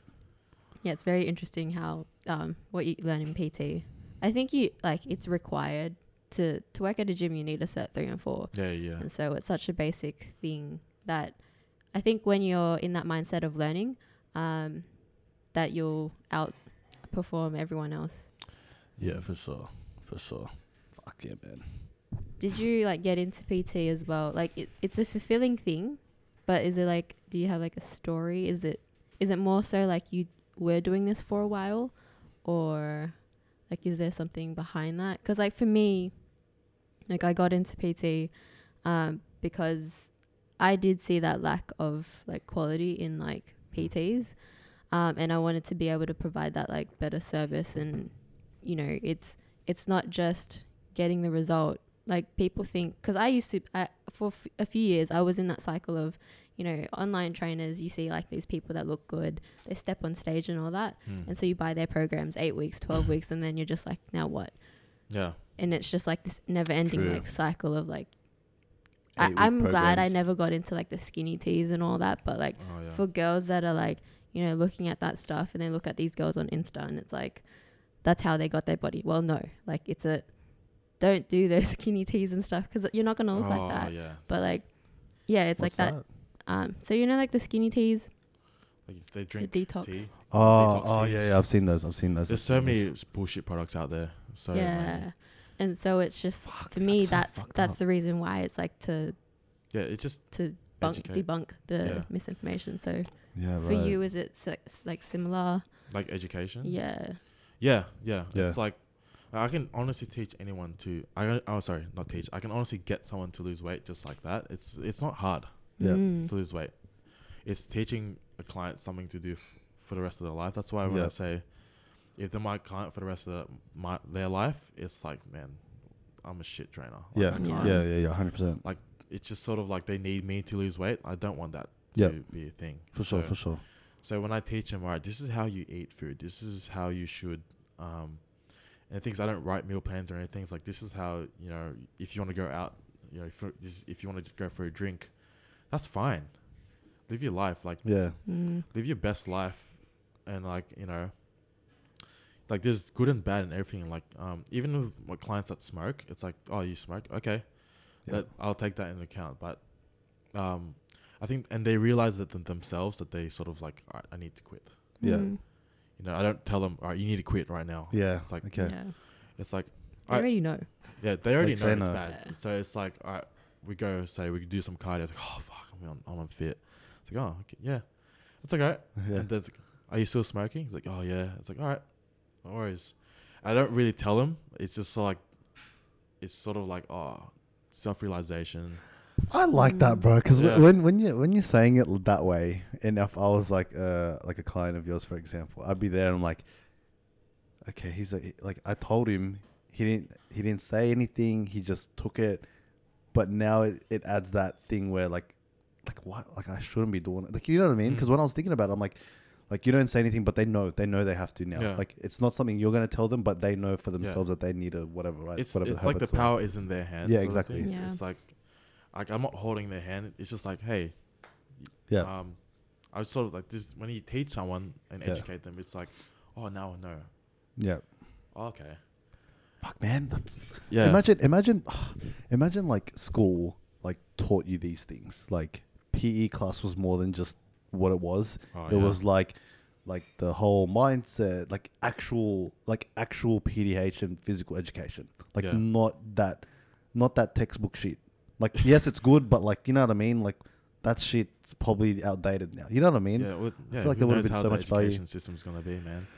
yeah it's very interesting how um what you learn in PT I think you like it's required to to work at a gym you need a cert three and four yeah, yeah, and so it's such a basic thing that I think when you're in that mindset of learning, um, that you'll outperform everyone else. Yeah, for sure. For sure. Fuck yeah, man. Did you like get into PT as well? Like it, it's a fulfilling thing, but is it like do you have like a story? Is it is it more so like you were doing this for a while, or like is there something behind that? Because like for me, like I got into PT um, because I did see that lack of like quality in like PTs, um, and I wanted to be able to provide that like better service, and you know, it's it's not just getting the result. Like people think, because I used to I, for f- a few years, I was in that cycle of, you know, online trainers. You see like these people that look good, they step on stage and all that, Mm. and so you buy their programs eight weeks, twelve weeks, and then you're just like, now what? yeah. and it's just like this never ending True. like cycle of like I, Eight-week I'm glad I programs. never got into like the skinny teas and all that, but like Oh yeah. for girls that are like, you know, looking at that stuff and they look at these girls on Insta and it's like that's how they got their body. Well, no, like it's a don't do those skinny teas and stuff because you're not gonna look Oh, like that. Yeah. But like, yeah, it's What's like that. Um, so you know, like the skinny teas, Like, it's- they drink detox. tea. Oh, Detox oh yeah, teas. yeah. I've seen those. I've seen those. There's I've so seen those. many s- bullshit products out there. So many. yeah. And so it's just for me, that's so that's fucked that's up. the reason why it's like to yeah. It's just to bunk, Educate. debunk the Yeah. misinformation. So Yeah, for right. you, is it si- like similar? like education. Yeah. Yeah, yeah. Yeah. It's like I can honestly teach anyone to. I can- oh sorry, not teach. I can honestly get someone to lose weight just like that. It's it's not hard Yeah. Mm. to lose weight. It's teaching a client something to do f- for the rest of their life. That's why when Yeah. I say if they're my client for the rest of their, my, their life, it's like man, I'm a shit trainer. Like, I Yeah, Yeah. can't- yeah, yeah, yeah, hundred percent. It's just sort of like they need me to lose weight. I don't want that to Yeah. be a thing. For sure, So- for sure. so when I teach them, all right, this is how you eat food. This is how you should. Um, and things I don't write meal plans or anything. It's like this is how you know if you want to go out, you know, if, you- this, if you want to go for a drink, that's fine. Live your life, like Yeah, Mm. live your best life, and like you know, like there's good and bad and everything. Like um, even with my clients that smoke, it's like oh you smoke, okay, yeah. that I'll take that into account. But um, I think and they realize that them- themselves that they sort of like all right, I need to quit Yeah. Mm. You know, I don't tell them, all right, you need to quit right now. Yeah. It's like, Okay. Yeah. it's like, I I- already know. yeah, they already Like, know they it's know. bad. Yeah. So it's like, all right, we go, say, we do some cardio. It's like, oh, fuck, I'm, un- I'm unfit. It's like, oh, okay, yeah. It's like, all right. Yeah. And then it's like, are you still smoking? He's like, oh, yeah. It's like, all right, no worries. I don't really tell him. It's just so like, it's sort of like, oh, self realization. I like that, bro. Because Yeah. when when you when you're saying it l- that way, and if I was like uh like a client of yours, for example, I'd be there and I'm like, okay, he's a, like I told him he didn't he didn't say anything. He just took it, but now it, it adds that thing where like like what like I shouldn't be doing it. Like you know what I mean? Mm. Because when I was thinking about it, I'm like. Like you don't say anything, but they know. They know they have to now. Yeah. Like it's not something you're gonna tell them, but they know for themselves that they need a whatever. Right? it's whatever it's like the habits are. power is in their hands. Yeah, sort of exactly. thing. Yeah. It's like, like I'm not holding their hand. It's just like, hey, Yeah. Um, I was sort of like this when you teach someone and Yeah. educate them. It's like, oh, now I know. yeah. Oh, okay. Fuck, man. That's Yeah. Imagine, imagine, imagine like school like taught you these things. Like PE class was more than just what it was. Oh, it yeah. was like, like the whole mindset, like actual, like actual PDH and physical education. Like Yeah. not that, not that textbook shit. Like yes, it's good, but like you know what I mean. Like that shit's probably outdated now. You know what I mean? Yeah, well, yeah, feel like who there would've knows been how so the much value. education system's gonna be, man.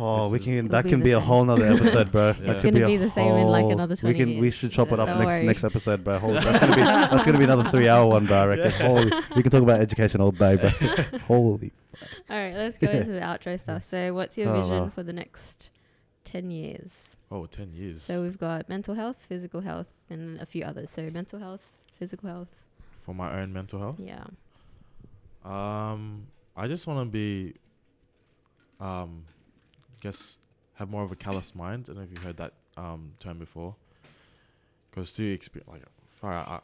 Oh, This we is- can. It'll That be can the be a same. whole nother episode, bro. Yeah. That It's could gonna a be the same in, like, whole- another We 20 can. We years. should chop it up Don't next worry. next episode, bro. Holy, that's gonna be that's gonna be another three hour one, bro. I reckon. Holy, we can talk about education all day, bro. Holy. All right, let's go into the outro stuff. So, what's your Oh, vision wow. for the next 10 years? Oh, 10 years. So, we've got mental health, physical health, and a few others. So, mental health, physical health. for my own mental health. Yeah. Um, I just want to be, um, guess have more of a callous mind. I don't know if you've heard that um term before. Because through experience, like far uh,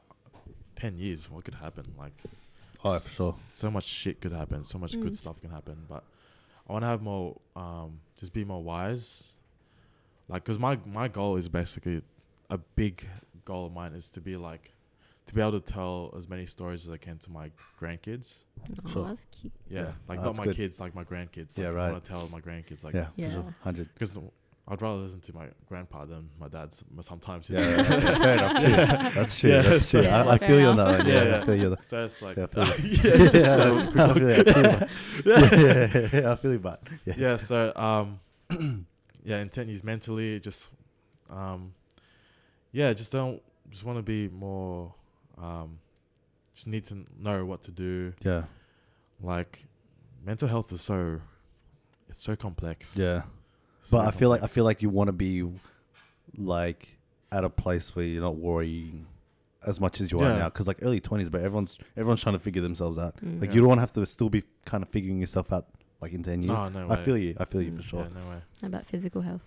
ten years, what could happen? Like, Oh, s- for sure. So much shit could happen. So much good Mm. stuff can happen. But I want to have more. Um, just be more wise. Like, cause my my goal is basically a big goal of mine is to be like, to be able to tell as many stories as I can to my grandkids. Oh, Sure. that's cute. Yeah, Yeah. like Oh, not that's my good. kids, like my grandkids. Like, Yeah, I right. want to tell my grandkids, like, yeah, Yeah. hundred. because I'd rather listen to my grandpa than my dad's m- sometimes. you Yeah, know? yeah, yeah, fair enough. True. That's true. Yeah, that's true. yeah, I, I fair feel you on that. enough. One. Yeah, Yeah, yeah. I feel you. on that. So it's like, Yeah, yeah, I feel you. yeah, just Yeah, a quick I look. feel you, I feel you. yeah, yeah, I feel you, but yeah, yeah. So, um, yeah, intent is mentally just, um, yeah, just don't just want to be more, um, just need to know what to do. yeah, Like, mental health is so, it's so complex. yeah. so But I feel like I complex. feel like you want to be like at a place where you're not worrying as much as you Yeah. are now because like early 20s but everyone's everyone's trying to figure themselves out Mm. like Yeah. you don't want to have to still be kind of figuring yourself out like in 10 years No, no i way. feel you i feel you for Mm. sure Yeah, no way. How about physical health?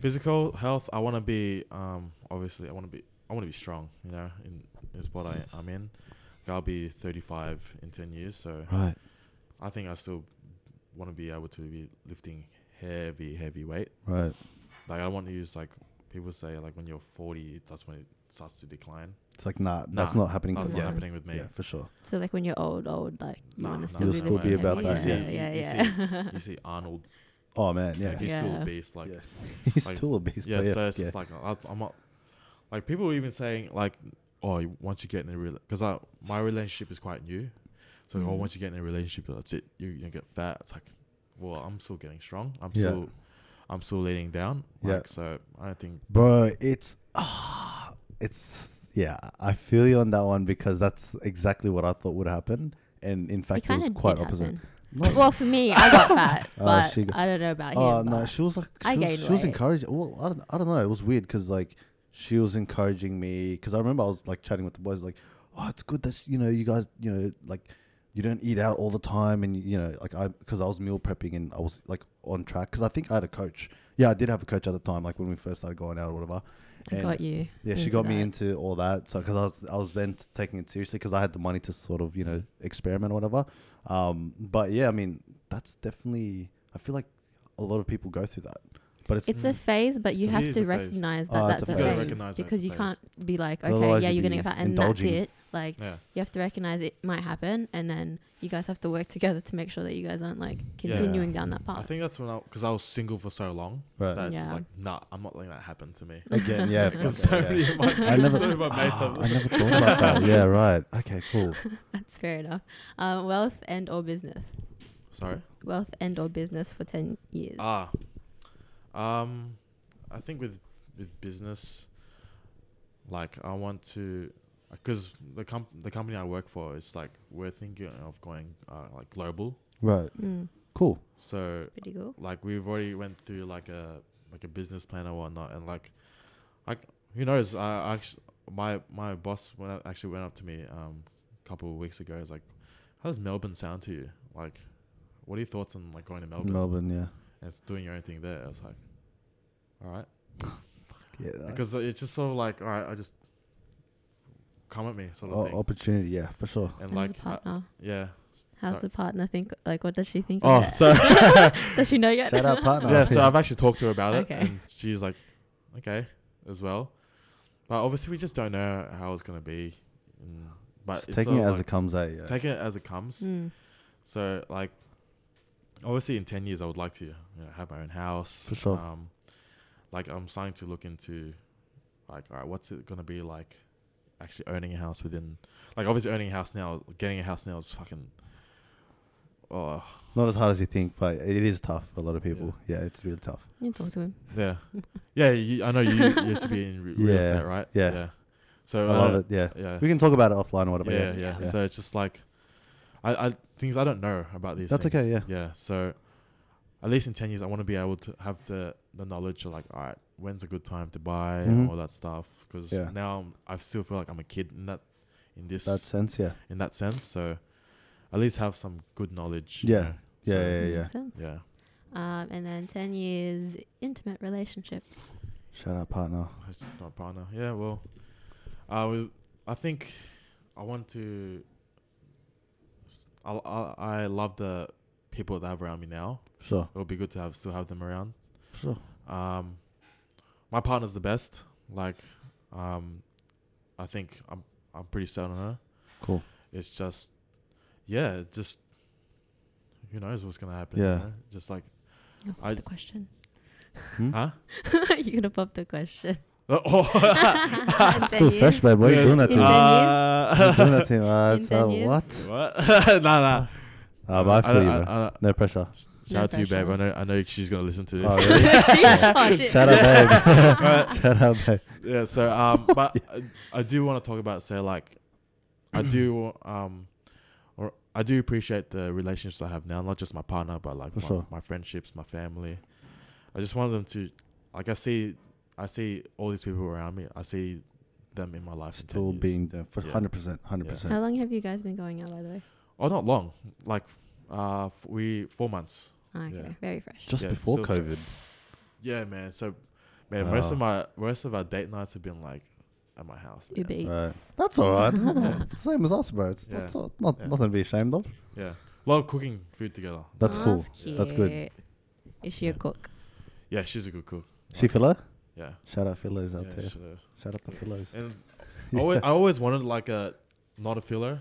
physical health i want to be um obviously i want to be i want to be strong you know in in sport I, i'm in i'll be 35 in 10 years so right i think i still want to be able to be lifting heavy heavy weight right like i want to use like people say like when you're 40 that's when it starts to decline it's like nah, that's Nah, not happening that's for not yeah. happening with me yeah for sure So, like when you're old, old, like you Nah, want nah, to still You'll be, still lifting be about heavy. that, Yeah, yeah, yeah. You see- yeah. you see arnold oh man yeah, like, he's still Yeah. a beast like Yeah. he's like- still a beast yeah, but yeah, so it's yeah. just like I, I'm not like people were even saying like oh you- once you get in a real because I my relationship is quite new, so oh Mm. Mhm. once you get in a relationship that's it you you get fat it's like well I'm still getting strong I'm Yeah. still I'm still leaning down Yeah. like so I don't think bro it's ah, it's yeah i feel you on that one because that's exactly what i thought would happen and in fact it, kinda was did quite opposite happen. Not- Well, for me, I got fat, Oh, but she got- I don't know about Oh him. no, but- she was like she I was, gained she was weight. encouraging. Well, I don't, I don't know. It was weird because like she was encouraging me because I remember I was like chatting with the boys like, oh, it's good that you know you guys you know like you don't eat out all the time and you know like I because I was meal prepping and I was like on track because I think I had a coach. Yeah, I did have a coach at the time like when we first started going out or whatever. I And- got you. yeah, she into got me that. into all that. So because I was, I was then t- taking it seriously because I had the money to sort of you know experiment or whatever. Um, but yeah, I mean that's definitely. I feel like a lot of people go through that, but it's, It's a Mm. phase, but you It have is to a phase. recognize that Oh, that's it's a a phase. You phase, gotta recognize that it's because a you phase. can't be like, okay, Otherwise yeah, you'd you're gonna be get fat, and indulging. that's it. Like Yeah. you have to recognize it might happen, and then you guys have to work together to make sure that you guys aren't like Yeah. continuing down that I path. think that's when I, because I was single for so long, Right. that it's just Yeah. like, nah, I'm not letting that happen to me. Again, yeah. Because fuck so it, many yeah. of my, I never, so many of my mates Ah, have. I never thought about that. Yeah, right. Okay, cool. That's fair enough. Um, wealth and or business. Sorry. Wealth and or business for ten years. Ah, um, I think with with business, like I want to, because the comp the company I work for is like we're thinking of going uh, like global. Right. Mm, Cool. So pretty cool. like we've already went through like a like a business plan or whatnot, and like, like who knows? I actually my my boss went up, actually went up to me um a couple of weeks ago. Is like, how does Melbourne sound to you? Like, what are your thoughts on like going to Melbourne? Melbourne, yeah. and it's doing your own thing there. I was like, all right, Yeah. that- because it's just sort of like, all right, I just come at me sort of o- thing, opportunity, yeah, for sure. and How's like, the uh, partner? yeah, s- How's sorry. the partner think? Like, what does she think? Oh, of that? so- does she know yet? Shout out partner. yeah. So I've actually talked to her about Okay. it, and she's like, okay, as well, but obviously we just don't know how it's gonna be, and, but Just it's taking sort it as of it like, comes, eh? Yeah. taking it as it comes. Mm, So like, obviously in ten years I would like to you know, have my own house. For sure. Um, like I'm starting to look into, like, all right, what's it gonna be like? Actually owning a house within, like, obviously owning a house now, getting a house now is fucking. Oh Not as hard as you think, but it it is tough for a lot of people. Yeah, it's really tough. you talk to him. yeah, yeah. You, I know you used to be in re- real Yeah, estate, right? yeah. So uh, I love it. Yeah. Yeah. We can so- talk about it offline or whatever. Yeah. Yeah, yeah, Yeah. So it's just like, I, I things I don't know about these. That's things. okay, yeah. Yeah. So, at least in ten years, I want to be able to have the the knowledge of like, all right, when's a good time to buy and Mhm. all that stuff. Because Yeah. now I'm, I still feel like I'm a kid in that, in this, That sense, yeah. in that sense. So, at least have some good knowledge. Yeah. Yeah, So, yeah, yeah. Makes sense. yeah. Um, and then ten years intimate relationship. Shout out partner. It's not a partner. Yeah, well, I will. I think I want to. s- I, I I love the people that I have around me now. Sure. It would be good to have still have them around. Sure. Um, my partner's the best. Like, um, I think I'm I'm pretty set on her. Cool. It's just, yeah, it just who knows what's gonna happen. Yeah. know? Just like, You're gonna pop I- Oh, the question. Hmm? huh? You're gonna pop the question. Oh. In 10 Still fresh, years? babe. What are you Yes. doing that to? In me? ten- You're doing Uh, that to me. Uh, In it's, 10 uh, years? what? what? nah, nah. Uh, but I feel don't- you, I- bro. I don't- No pressure. Shout out to you, babe. pressure. I know, I know she's gonna listen to this. Oh, really? Oh, shit. Shout out, babe. Shout out, babe. yeah. So, um, but I, I do want to talk about say like, I do um, or I do appreciate the relationships I have now, not just my partner, but like For my, sure. my friendships, my family. I just want them to, like, I see, I see all these people around me. I see them in my life. in 10 Still years. being there for Yeah. 100%. 100%. How long have you guys been going out, by the way? oh, not long. Like, uh, f- we four months. Ah, okay, Yeah. very fresh. Just Yeah, before so- COVID. Yeah, man. So, man, most Wow. of my most of our date nights have been like at my house. man. Uber Eats. Right. That's all right. It's not the Yeah. same as us, bro. It's Yeah. that's all- not Yeah. nothing to be ashamed of. Yeah, a lot of cooking food together. That's Oh, cool. That's good. cute. Is she a Yeah. cook? Yeah, she's a good cook. She filler? Yeah. Shout out fillers out yeah, there. she is. Shout out the fillers. and I always, I always wanted like a not a filler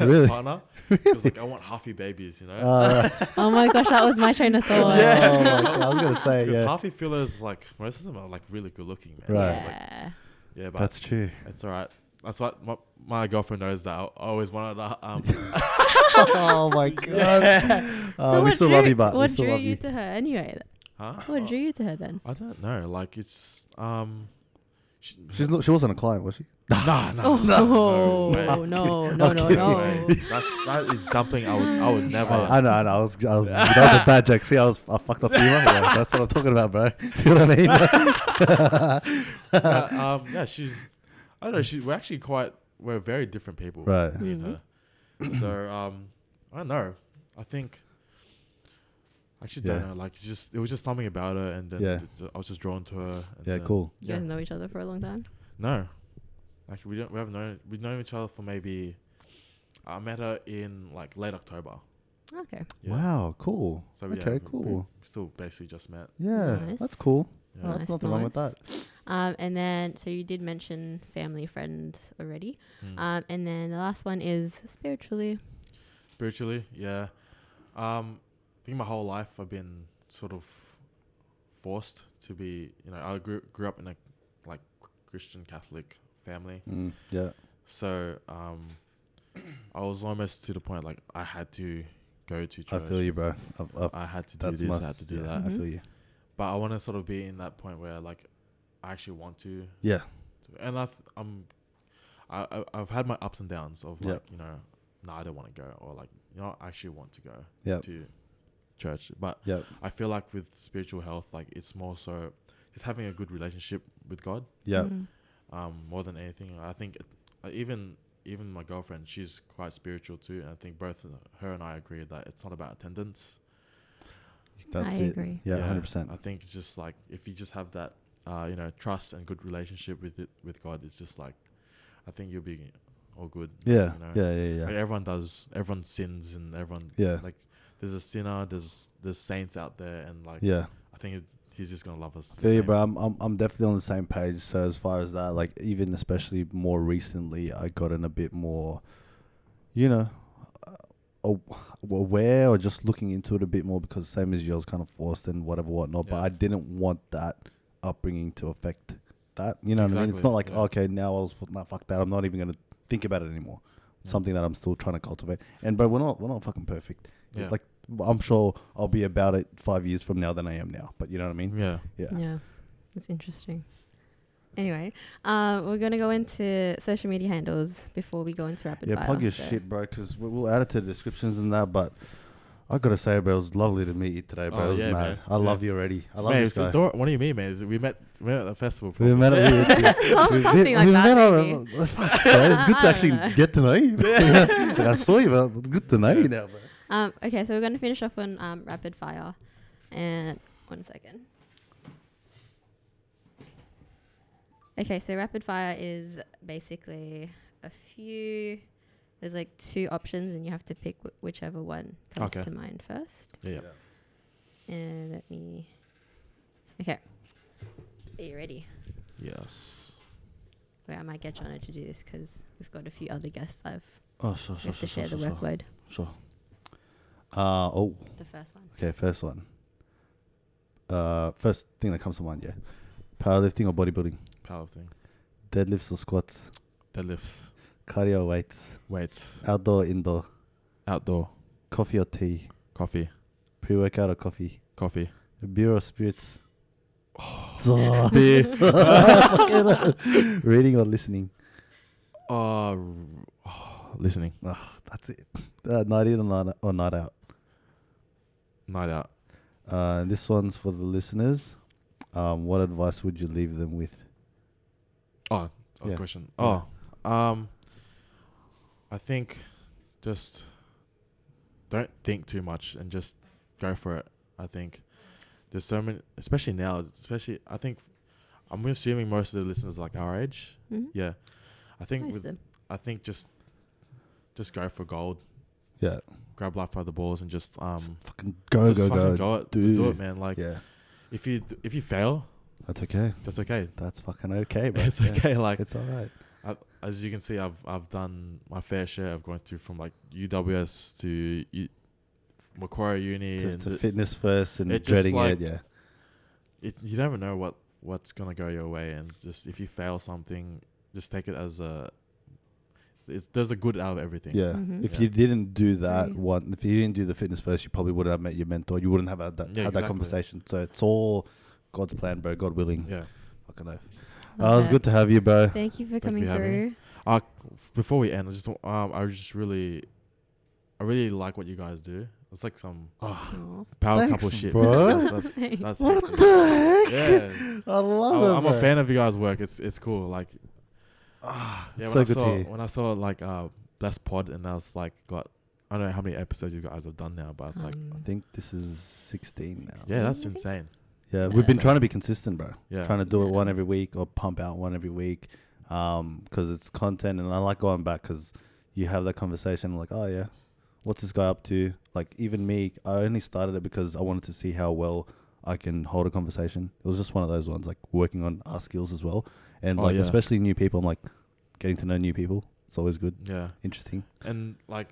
Really? partner. Because like I want halfy babies, you know. Uh, oh my gosh, that was my train of oh thought. my God, I was gonna say because yeah. halfy fillers, like most of them are like really good looking, man. Right. It's like- Yeah. yeah, but That's true. it's all right. That's what my, my girlfriend knows that I always wanted. A, um, oh my god. Uh, so we what still drew, love you, but we what still drew love you, you. to her anyway? huh? What drew you to her then? I don't know. Like it's um. She, She's not, she wasn't a client, was she? nah, nah, oh nah, no, Oh, way. no, no, no, no, No way. That's, that is something I would I would never. I, I know, I know. I was, I was, that was a bad joke. See, I was, I fucked up the email. Yeah, that's what I'm talking about, bro. See what I mean? But, um, yeah, she's. I don't know. She we're actually quite we're very different people. right. me and her. Mm-hmm. So um, I don't know. I think. I actually Yeah. don't know. Like it's just it was just something about her, and then Yeah. th- th- I was just drawn to her. And Yeah, then- cool. You guys know each other for a long time. No, actually, we don't. We haven't known. We've known each other for maybe. I met her in like late October. Okay. Yeah. Wow, cool. So yeah, okay, we- cool. we Still basically just met. Yeah, Nice. that's cool. Yeah. That's Nice, nothing wrong with nice. that. Um, and then, so you did mention family, friends already. Mm. Um, and then the last one is spiritually. spiritually yeah um i think my whole life i've been sort of forced to be you know i grew, grew up in a like christian catholic family Mm, yeah. so um i was almost to the point like i had to go to church I feel you, bro. I, I, i had to do that's this my. i had to do yeah, that I Mhm. feel you. but i want to sort of be in that point where like i actually want to Yeah. and I th- I'm I I- I've had my ups and downs of Yeah. like you know no I don't want to go or like you know I actually want to go Yeah. to church but Yeah. I feel like with spiritual health like it's more so just having a good relationship with God Yeah. Mm. um more than anything I think it, uh, even even my girlfriend she's quite spiritual too and I think both uh, her and I agree that it's not about attendance That's Mm-hmm. I it. agree. Yeah, hundred percent. I think it's just like if you just have that, uh, you know, trust and good relationship with it with God, it's just like, I think you'll be all good. Yeah. you know? Yeah. Yeah. Like, Yeah. everyone does. Everyone sins, and everyone Yeah. like there's a sinner. There's there's saints out there, and like Yeah. I think it- he's just gonna love us. the Feel you, same. bro. I'm, I'm I'm definitely on the same page. So as far as that, like even especially more recently, I got in a bit more, you know, uh, aw- aware or just looking into it a bit more because same as you, I was kind of forced and whatever whatnot. But Yeah. I didn't want that upbringing to affect that. You know what I mean? It's Exactly, not like yeah. okay, now I was f- nah, fuck that. I'm not even gonna think about it anymore. Yeah. Something that I'm still trying to cultivate. And bro, we're not we're not fucking perfect. Yeah. Like I'm sure I'll be about it five years from now than I am now. But you know what I mean? yeah. Yeah. Yeah, it's interesting. Anyway, um, we're gonna go into social media handles before we go into rapid Yeah, fire. plug your so- shit, bro, because we'll add it to the descriptions and that. But I gotta say, bro, it was lovely to meet you today, bro. Oh, it was yeah, mad. man. I love you already. I love Man, this it's guy. ador- what do you mean, man? Is it- we met we met at a festival. We probably. met at we, we, Something we like met that, on a- Fuck, bro, It's good I to don't actually know. get to know you. like, I saw you, but good to know you now, bro. Um, okay, so we're gonna finish off on um, rapid fire, and one second. Okay, so rapid fire is basically a few. There's like two options, and you have to pick wh- whichever one comes Okay. to mind first. Yeah, yeah. And Eh, let me. Okay. Are you ready? Yes. Wait, I might get Jono to do this because we've got a few other guests. I've Oh, sure, we sure, have to sure, sure, share the sure, sure. workload. sure. Uh oh. The first one. Okay, first one. Uh, first thing that comes to mind, yeah, powerlifting or bodybuilding, Power thing. deadlifts or squats, Deadlifts. cardio weights, Weights. outdoor, indoor, Outdoor. coffee or tea. Coffee. Pre workout or coffee? Coffee. Beer or spirits? Oh. Beer. Reading or listening? Uh, r- listening. That's it. Uh, night in or night, or night out? Night out. Uh, this one's for the listeners. Um, what advice would you leave them with? Oh, oh Yeah. question. Yeah. Oh, um, I think just don't think too much and just go for it. I think there's so many, especially now, especially I think I'm assuming most of the listeners are like our age. Mhm. Yeah, I think Most of with, them. I think just just go for gold, Yeah. grab life by the balls, and just um Just fucking go, just go, go. fucking go it. Just do it, Dude. man. Like yeah. if you d- if you fail, That's okay. that's okay. That's fucking okay, bro. It's Yeah. okay. Like It's all right. I, as you can see, I've I've done my fair share of going through from like UWS to U, Macquarie Uni. To, and to th- fitness first and it just dreading it, like- yeah. it, you never know what what's gonna go your way, and just if you fail something, just take it as a. It's, there's a good out of everything. Yeah. Mhm. If Yeah. you didn't do that Agree. one, if you didn't do the fitness first, you probably wouldn't have met your mentor. You wouldn't have had that Yeah, had that exactly. conversation. So it's all God's plan, bro. God willing. Yeah. Fucking oath. Uh, it Love was that. good to have you, bro. Thank you for Thank you coming for having through. Uh, before we end, I just um I just really, I really like what you guys do. It's like some Aw. power Thanks, couple shit. bro. That's, that's, Thanks. that's What hectic. the heck? Yeah. I I, love it. I'm a bro. fan of you guys' work. It's it's cool. Like Ah, Yeah, it's when, so I good saw, to hear. when I saw like uh Blessed Pod and I was like got I don't know how many episodes you guys have done now, but it's like I Um, think this is 16 now. yeah, that's 16, I think. insane. Yeah, Yeah. we've been trying to be consistent, bro. Yeah. Trying to do it Yeah. one every week or pump out one every week, um, because it's content and I like going back because you have that conversation like, oh yeah, what's this guy up to? Like even me, I only started it because I wanted to see how well I can hold a conversation. It was just one of those ones, like working on our skills as well, and Oh, like yeah. especially new people. I'm like getting to know new people. It's always good, Yeah. interesting. and like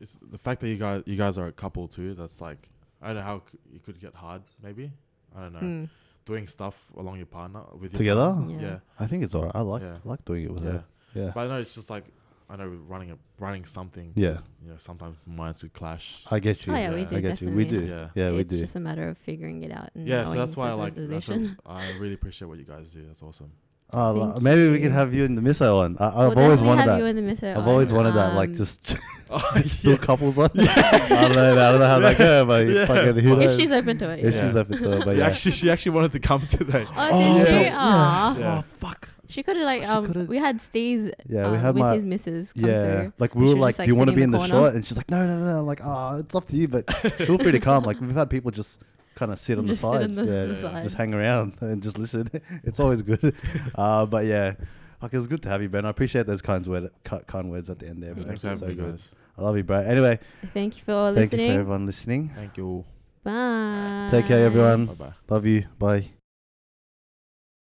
it's the fact that you guys you guys are a couple too that's like i don't know how c- you could get hard maybe i uh, don't know Mm. doing stuff along your partner with your Together? partner. Yeah. yeah I think it's alright. I like Yeah. I like doing it with yeah, her. Yeah, but i know it's just like i know running a running something yeah. you know sometimes minds could clash I get you. Oh yeah, we Yeah. do uh, I get definitely. you. We do. Yeah, yeah we it's do. just a matter of figuring it out. And yeah so that's why i knowing like the that's what- solution. i really appreciate what you guys do that's awesome Oh, Thank li- maybe we you. could have you in the missile one. I, I've We'll always definitely wanted have that. You in the miso I've always on, wanted that. Like um, just oh, do couples one. I don't know. I don't know how that go, but you Yeah. fucking who if knows? she's open to it. if yeah. she's open to it, but Yeah, yeah. actually she actually wanted to come today Oh, did Oh, she? yeah. Aw. Yeah. Oh, fuck. She could have like She um. coulda- We had Steve's Yeah, uh, we had with my his missus come yeah. through. Like And we she were was like, just, like, "Do you want to sitting be in in the the corner. shot?" And she's like, "No, no, no." no." I'm like, "Ah, it's up to you, but feel free to come." Like we've had people just kind of sit on Just the sit on sides, the- yeah, the just- side. just hang around and just listen. it's always good. Uh, but yeah, like, it was good to have you, Ben. I appreciate those kind word, ki- kind words at the end there. Yeah. man. thanks It's for having so me good. guys I love you, bro. Anyway, Thank you for thank you listening. for everyone listening. thank you all Bye. Take care, everyone. bye-bye Love you. Bye.